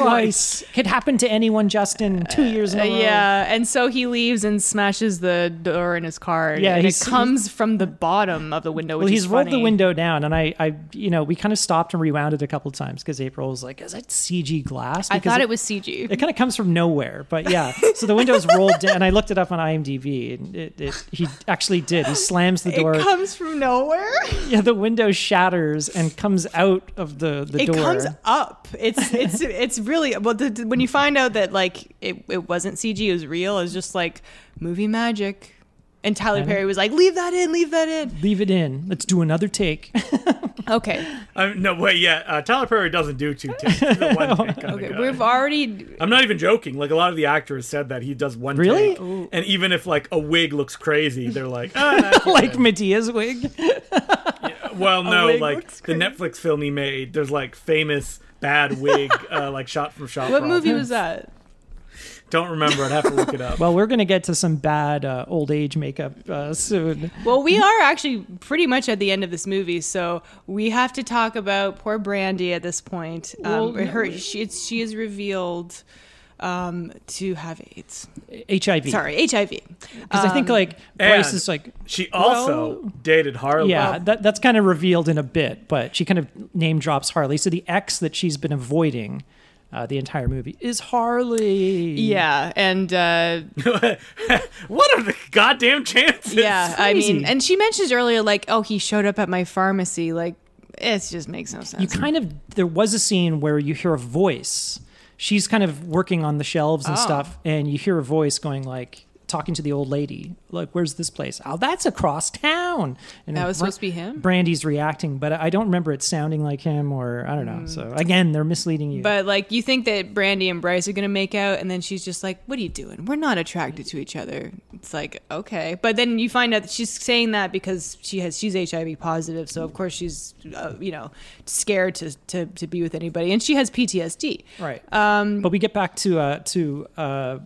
twice. Could happen to anyone, Justin. Two years in Uh, a row. yeah and so he leaves and smashes the door in his car Yeah, and it he's- comes from the bottom of the window which Well, he's is rolled the funny. window down, and I, I, you know, we kind of stopped and rewound it a couple times because April was like, "Is that CG glass?" i Because thought it was cg It kind of comes from nowhere, but yeah. So the window's rolled down, and I looked it up on IMDb, and it, it he actually did. He slams the door. it comes from nowhere yeah, the window shatters and comes out of the the it door. comes up. It's it's it's really well. The, the- when you find out that like it, it wasn't CG, it was real. It's just like movie magic. And Tyler And- Perry was like, "Leave that in, leave that in." Leave it in. Let's do another take. Okay, Um, no wait, yeah. Uh, Tyler Perry doesn't do two takes. He's a one take kinda okay, guy. we've already. I'm not even joking. Like a lot of the actors said that he does one Really? take. and even if like a wig looks crazy, they're like, ah, like Medea's wig. well, no, wig like looks the Netflix film he made, there's like famous bad wig, uh, like shot from shot. What props. movie was that? Don't remember. I'd have to look it up. Well, we're gonna get to some bad uh, old age makeup uh, soon. Well, we are actually pretty much at the end of this movie, so we have to talk about poor Brandy at this point. Um, Well, her she it's, she is revealed um, to have AIDS. HIV. Sorry, HIV. because I think Um, like Bryce and- is like. She also dated oh, Harlow. Yeah, that, that's kind of revealed in a bit, but she kind of name drops Harley. So the ex that she's been avoiding uh, the entire movie is Harley. yeah, and uh, What are the goddamn chances? yeah, uh, I mean, crazy. and she mentions earlier, like, oh, he showed up at my pharmacy. Like, it just makes no sense. You kind of, there was a scene where you hear a voice. She's kind of working on the shelves and Oh. stuff, and you hear a voice going like, talking to the old lady, like, where's this place? Oh, that's across town. And that was Bra- supposed to be him. Brandy's reacting, but I don't remember it sounding like him or I don't know. So again, they're misleading you. Mm. But like, you think that Brandy and Bryce are gonna make out, and then she's just like, "What are you doing? We're not attracted to each other." It's like, okay, but then you find out that she's saying that because she has she's HIV positive, so of course she's uh, you know scared to, to to be with anybody, and she has PTSD. right. Um, But we get back to uh, to uh,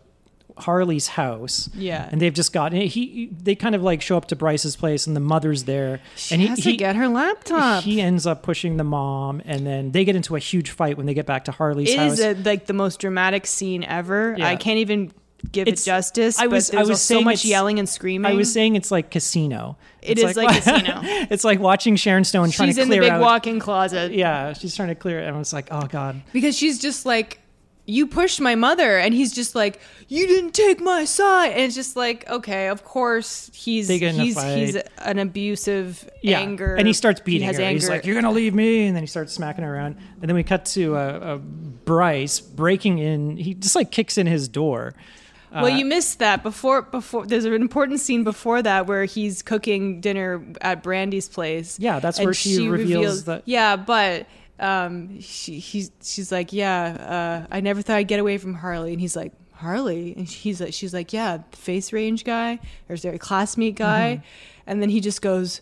Harley's house. Yeah. and they've just gotten he. They kind of like show up to Bryce's place, and the mother's there, she and he, has he to get her laptop. he ends up pushing the mom, and then they get into a huge fight when they get back to Harley's It is house. a, like the most dramatic scene ever. Yeah. I can't even give It's- it justice. I I was- was, I but there's was so saying much it's- yelling and screaming. I was saying it's like casino. It it's is like Casino. it's like watching Sharon Stone trying she's to in the clear big out. walk-in closet Yeah, she's trying to clear it, and it's like, oh god. because she's just like, "You pushed my mother," and he's just like, "You didn't take my side," and it's just like, okay, of course he's They get in a he's fight. he's an abusive Yeah. anger, and he starts beating He has her. anger. He's like, "You're gonna leave me," and then he starts smacking her around. And then we cut to uh, uh, Bryce breaking in. He just like kicks in his door. Uh, well, you missed that before. Before there's an important scene before that where he's cooking dinner at Brandy's place. Yeah, that's and where she reveals that- Yeah, but um, she he's she's like, yeah, uh, I never thought I'd get away from Harley, and he's like, Harley, and he's like, she's like, yeah, face range guy or is there a classmate Mm-hmm. guy, and then he just goes,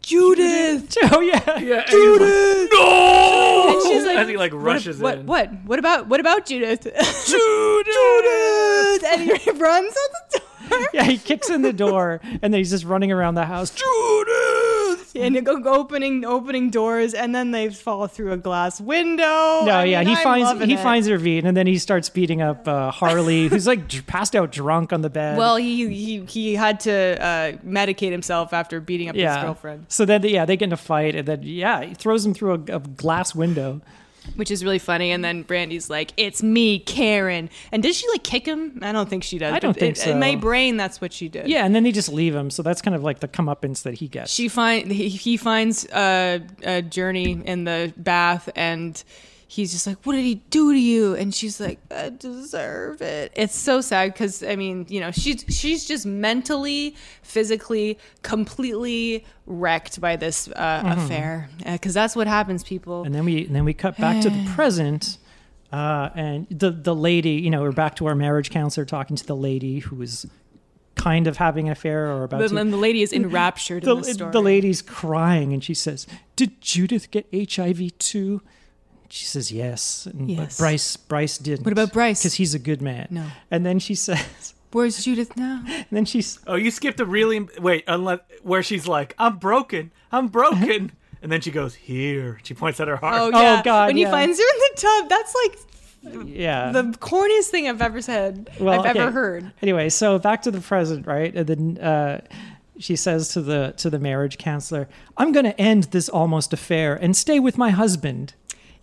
Judith. Oh yeah. Yeah, and he's like, no. And she's like, As he like "What- rushes what, in. What, what? about what about Judith? Judith, and he runs out the door. Yeah, he kicks in the door and then he's just running around the house. Judith. and it go- opening opening doors, and then they fall through a glass window. No, I yeah, mean, he I'm finds loving he it. finds Irvine and then he starts beating up uh, Harley, who's like dr- passed out drunk on the bed. Well, he he he had to uh, medicate himself after beating up his girlfriend. So then, yeah, they get in a fight, and then yeah, he throws him through a, a glass window. which is really funny. And then Brandy's like, "It's me, Karen." And does she like kick him? I don't think she does. I don't but think it- so. In my brain, that's what she did. Yeah, and then they just leave him. So that's kind of like the comeuppance that he gets. She find he, he finds uh, a journey in the bath, and he's just like, "What did he do to you?" And she's like, "I deserve it." It's so sad because I mean, you know, she's she's just mentally, physically, completely wrecked by this uh, affair because that's what happens, people. Mm-hmm. and then we and then we cut back to the present uh, and the the lady you know we're back to our marriage counselor talking to the lady who is kind of having an affair or about but to then the lady is enraptured the, in the story. the lady's crying and she says did judith get hiv too she says yes, and, Yes. but bryce bryce didn't What about Bryce? because he's a good man No. and then she says Where's Judith now? and then she's Oh, you skipped a really wait, unless where she's like, "I'm broken, I'm broken," and then she goes here. She points at her heart. Oh, Oh, yeah. God, When yeah. he finds her in the tub, that's like yeah the corniest thing I've ever said, well, I've ever okay. heard. Anyway, so back to the present, right? And then uh, she says to the to the marriage counselor, "I'm going to end this almost affair and stay with my husband."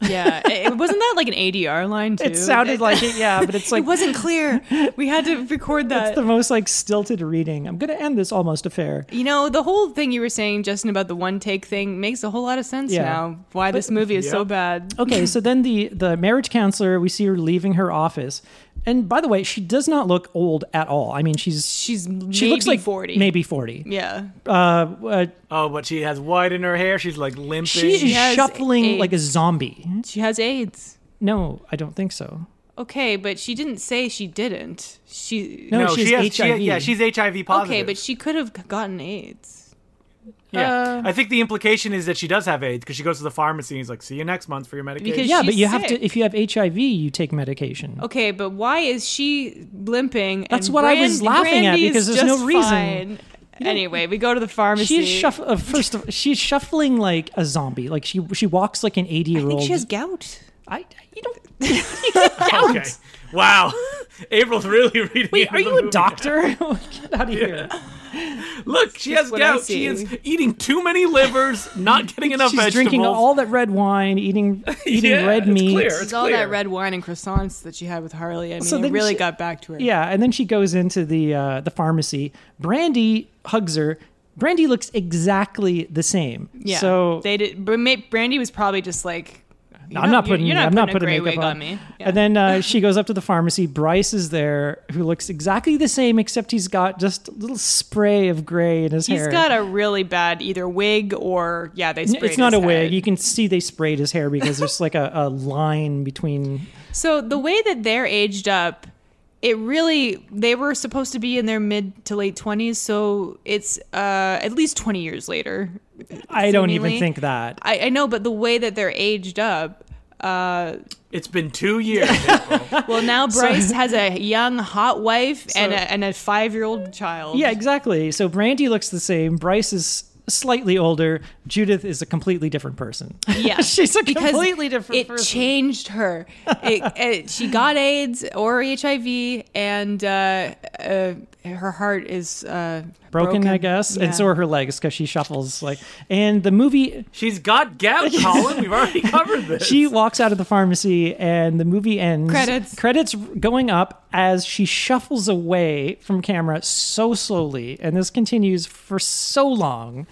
Yeah, it, it- wasn't that like an ADR line too? It sounded like it, yeah, but it it's like wasn't clear. We had to record that's that. the most like stilted reading. I'm going to end this almost affair. you know, the whole thing you were saying, Justin, about the one take thing makes a whole lot of sense Yeah. now. Why this movie is so Yep. bad? Okay, so then the the marriage counselor, we see her leaving her office, and by the way, she does not look old at all. I mean, she's She's she looks like forty. maybe forty. Yeah, Uh, uh, Oh, but she has white in her hair. She's like limping. she is has shuffling AIDS. like a zombie. she has AIDS. No, I don't think so. Okay, but she didn't say she didn't. She No, no, she's she has. HIV. She, yeah, she's HIV positive. okay, but she uh, could have gotten AIDS. yeah, I think the implication is that she does have AIDS because she goes to the pharmacy and he's like, "See you next month for your medication." Because yeah, she's but you have sick. to. If you have HIV, you take medication. Okay, but why is she limping? That's and what I was Brand- laughing at, Brandy is because there's no just reason. fine? Anyway, we go to the pharmacy. She's shuff- uh, first of she's shuffling like a zombie. Like she she walks like an eighty I year think old. she has gout. I you don't. okay. Wow, April's really reading. Wait, into are the you a movie. doctor? Get out of here. Look, she has what I gout. She see. is eating too many livers, not getting enough She's vegetables. drinking all that red wine, eating eating Yeah, red it's meat. clear. It's It's all clear. that red wine and croissants that she had with Harley. I mean, So it then really she- got back to her. Yeah, and then she goes into the uh, the pharmacy. Brandy hugs her. Brandy looks exactly the same. Yeah. So they did. But ma- Brandy was probably just like, No, I'm not putting. You're not I'm not putting a putting gray makeup wig on me. Yeah. And then uh, she goes up to the pharmacy. Bryce is there, who looks exactly the same, except he's got just a little spray of gray in his He's hair. got a really bad either wig or yeah, they. N- sprayed it's not a his wig. head. You can see they sprayed his hair because there's like a, a line between. So the way that they're aged up, it really they were supposed to be in their mid to late twenties. So it's uh, at least twenty years later. I don't even Seemingly. think that. I, I know, but the way that they're aged up. Uh, It's been two years. well, now Bryce has a young hot wife and a, and a five year old child. Yeah, exactly. So Brandy looks the same. Bryce is slightly older. Judith is a completely different person. Yeah, She's a because completely different It person. changed her. It, it, she got AIDS or HIV, and uh, uh, her heart is uh, Broken, I guess, Yeah. and so are her legs because she shuffles like. And the movie She's got gout, Colin. We've already covered this. She walks out of the pharmacy and the movie ends. Credits. Credits going up as she shuffles away from camera so slowly. And this continues for so long.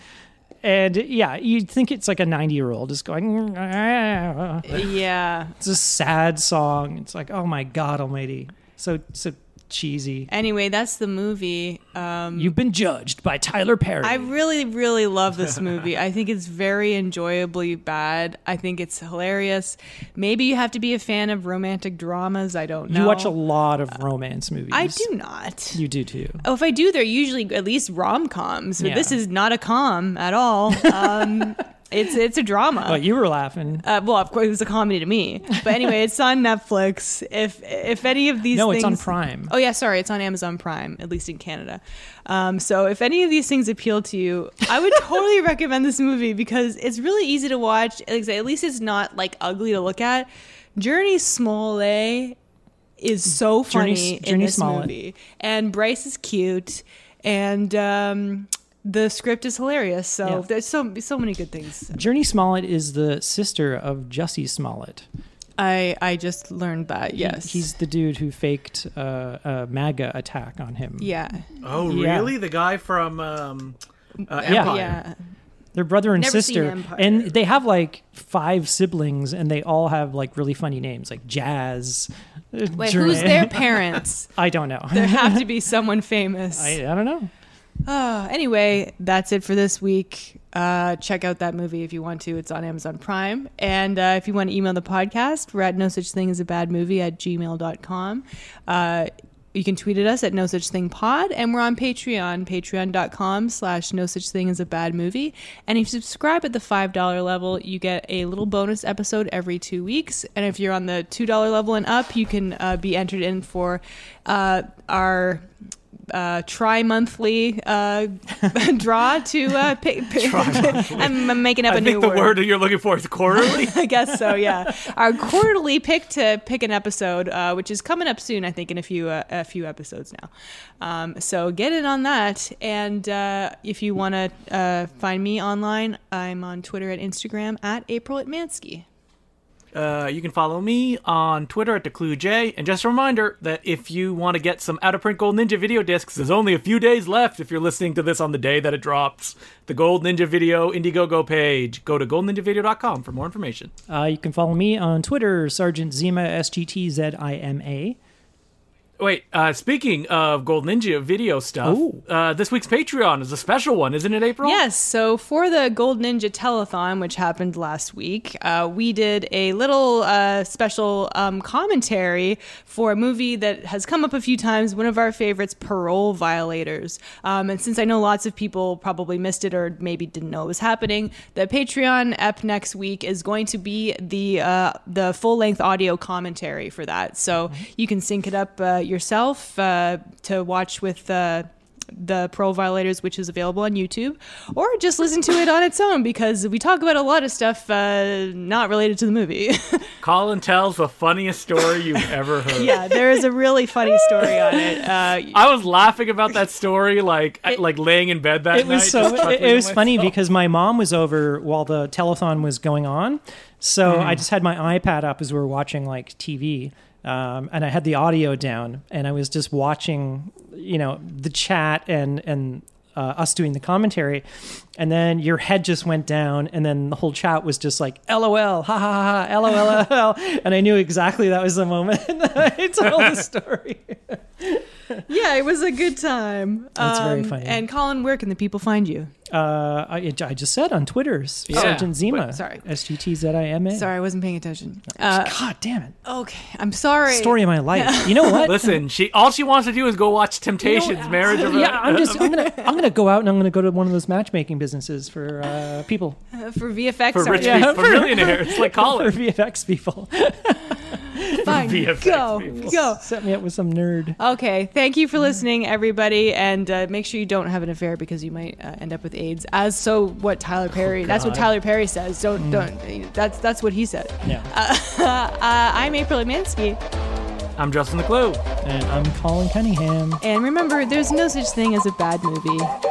And yeah, you'd think it's like a 90 year old just going, "Mm, "Ah." yeah. it's a sad song. It's like, oh my God almighty. So, so cheesy. Anyway, that's the movie. Um, You've been judged by Tyler Perry. I really, really love this movie. I think it's very enjoyably bad. I think it's hilarious. Maybe you have to be a fan of romantic dramas. I don't know. you watch a lot of romance movies. uh, I do not. You do too. Oh, if I do, they're usually at least rom coms. But Yeah. this is not a com at all. Um, it's it's a drama. But you were laughing. uh, well, of course, it was a comedy to me. But anyway, it's on Netflix. If if any of these No, things, it's on Prime. Oh yeah, sorry, it's on Amazon Prime, at least in Canada. Um, so if any of these things appeal to you, I would totally recommend this movie because it's really easy to watch. Like I said, At least it's not like ugly to look at. Journey Smollett is so Journey- funny in Journey this Smollett. movie, and Bryce is cute, and um, The script is hilarious. So Yeah. there's so so many good things. Journey Smollett is the sister of Jussie Smollett. I I just learned that. He- Yes. he's the dude who faked uh, a MAGA attack on him. yeah. Oh, Yeah. really? The guy from um, uh, Yeah. Empire. Yeah. They're brother and Never seen sister, Empire. and they have like five siblings, and they all have like really funny names, like Jazz. uh, Wait, Journey- who's their parents? I don't know. There have to be someone famous. I, I don't know. Ah, anyway, that's it for this week. Uh, check out that movie if you want to. It's on Amazon Prime. And uh, if you want to email the podcast, we're at no such thing as a bad movie at gmail.com. Uh, you can tweet at us at no such thing pod. And we're on Patreon, patreon.com slash no such thing as a bad movie. And if you subscribe at the $5 level, you get a little bonus episode every two weeks. And if you're on the $2 level and up, you can uh, be entered in for uh, our uh, tri monthly uh, draw to uh, pick. I'm, I'm making up a I new think the word you're looking for is quarterly. I guess so. Yeah, our quarterly pick to pick an episode, uh, which is coming up soon. I think in a few uh, a few episodes now. Um, so get in on that. And uh, if you want to uh, find me online, I'm on Twitter and Instagram at April at Mansky. Uh, you can follow me on Twitter at DeclueJ. And just a reminder that if you want to get some out of print Gold Ninja video discs, there's only a few days left if you're listening to this on the day that it drops. The Gold Ninja Video Indiegogo page. Go to goldninjavideo.com for more information. Uh, you can follow me on Twitter, Sergeant Zima, S G T Z I M A. Wait, uh, speaking of Gold Ninja video stuff, Ooh. uh, this week's Patreon is a special one, isn't it, April? Yes. So for the Gold Ninja Telethon, which happened last week, uh, we did a little uh, special um, commentary for a movie that has come up a few times, one of our favorites, Parole Violators. Um, and since I know lots of people probably missed it or maybe didn't know it was happening, the Patreon ep next week is going to be the uh, the full length audio commentary for that. So you can sync it up uh, yourself uh, to watch with. Uh, the Pro Violators, which is available on YouTube, or just listen to it on its own because we talk about a lot of stuff uh, not related to the movie. Colin tells the funniest story you've ever heard. yeah, there is a really funny story on it. Uh, I was laughing about that story, like I- like laying in bed that It night. was so. just It, chuckling it to was funny myself. because my mom was over while the telethon was going on, so I just had my iPad up as we were watching like TV, um, and I had the audio down, and I was just watching, you know, the chat and and. Uh, us doing the commentary, and then your head just went down, and then the whole chat was just like "lol," ha ha ha, ha, lol, lol, and I knew exactly that was the moment that I told the story. yeah, it was a good time. Um, That's very funny. And Colin, where can the people find you? Uh, I, I just said on Twitter, Sergeant Zima. sorry. S G T Z I M A. Sorry, I wasn't paying attention. Uh, God damn it. okay, I'm sorry. Story of my life. You know what? Listen, she all she wants to do is go watch Temptations, Marriage of a- uh, yeah, I'm just I'm gonna I'm gonna go out and I'm gonna go to one of those matchmaking businesses for uh, people Uh, for VFX. for art. rich Yeah, people, for for- millionaires like for Colin. VFX people. Fine, VFX go, people. go. Set me up with some nerd. Okay, thank you for listening, everybody, and uh, make sure you don't have an affair because you might uh, end up with AIDS. As so, what Tyler Perry? that's what God. Tyler Perry says. Don't don't. That's that's what he said. Yeah. Uh, I'm April Lemansky, I'm Justin the Clue. and I'm Colin Cunningham. and remember, there's no such thing as a bad movie.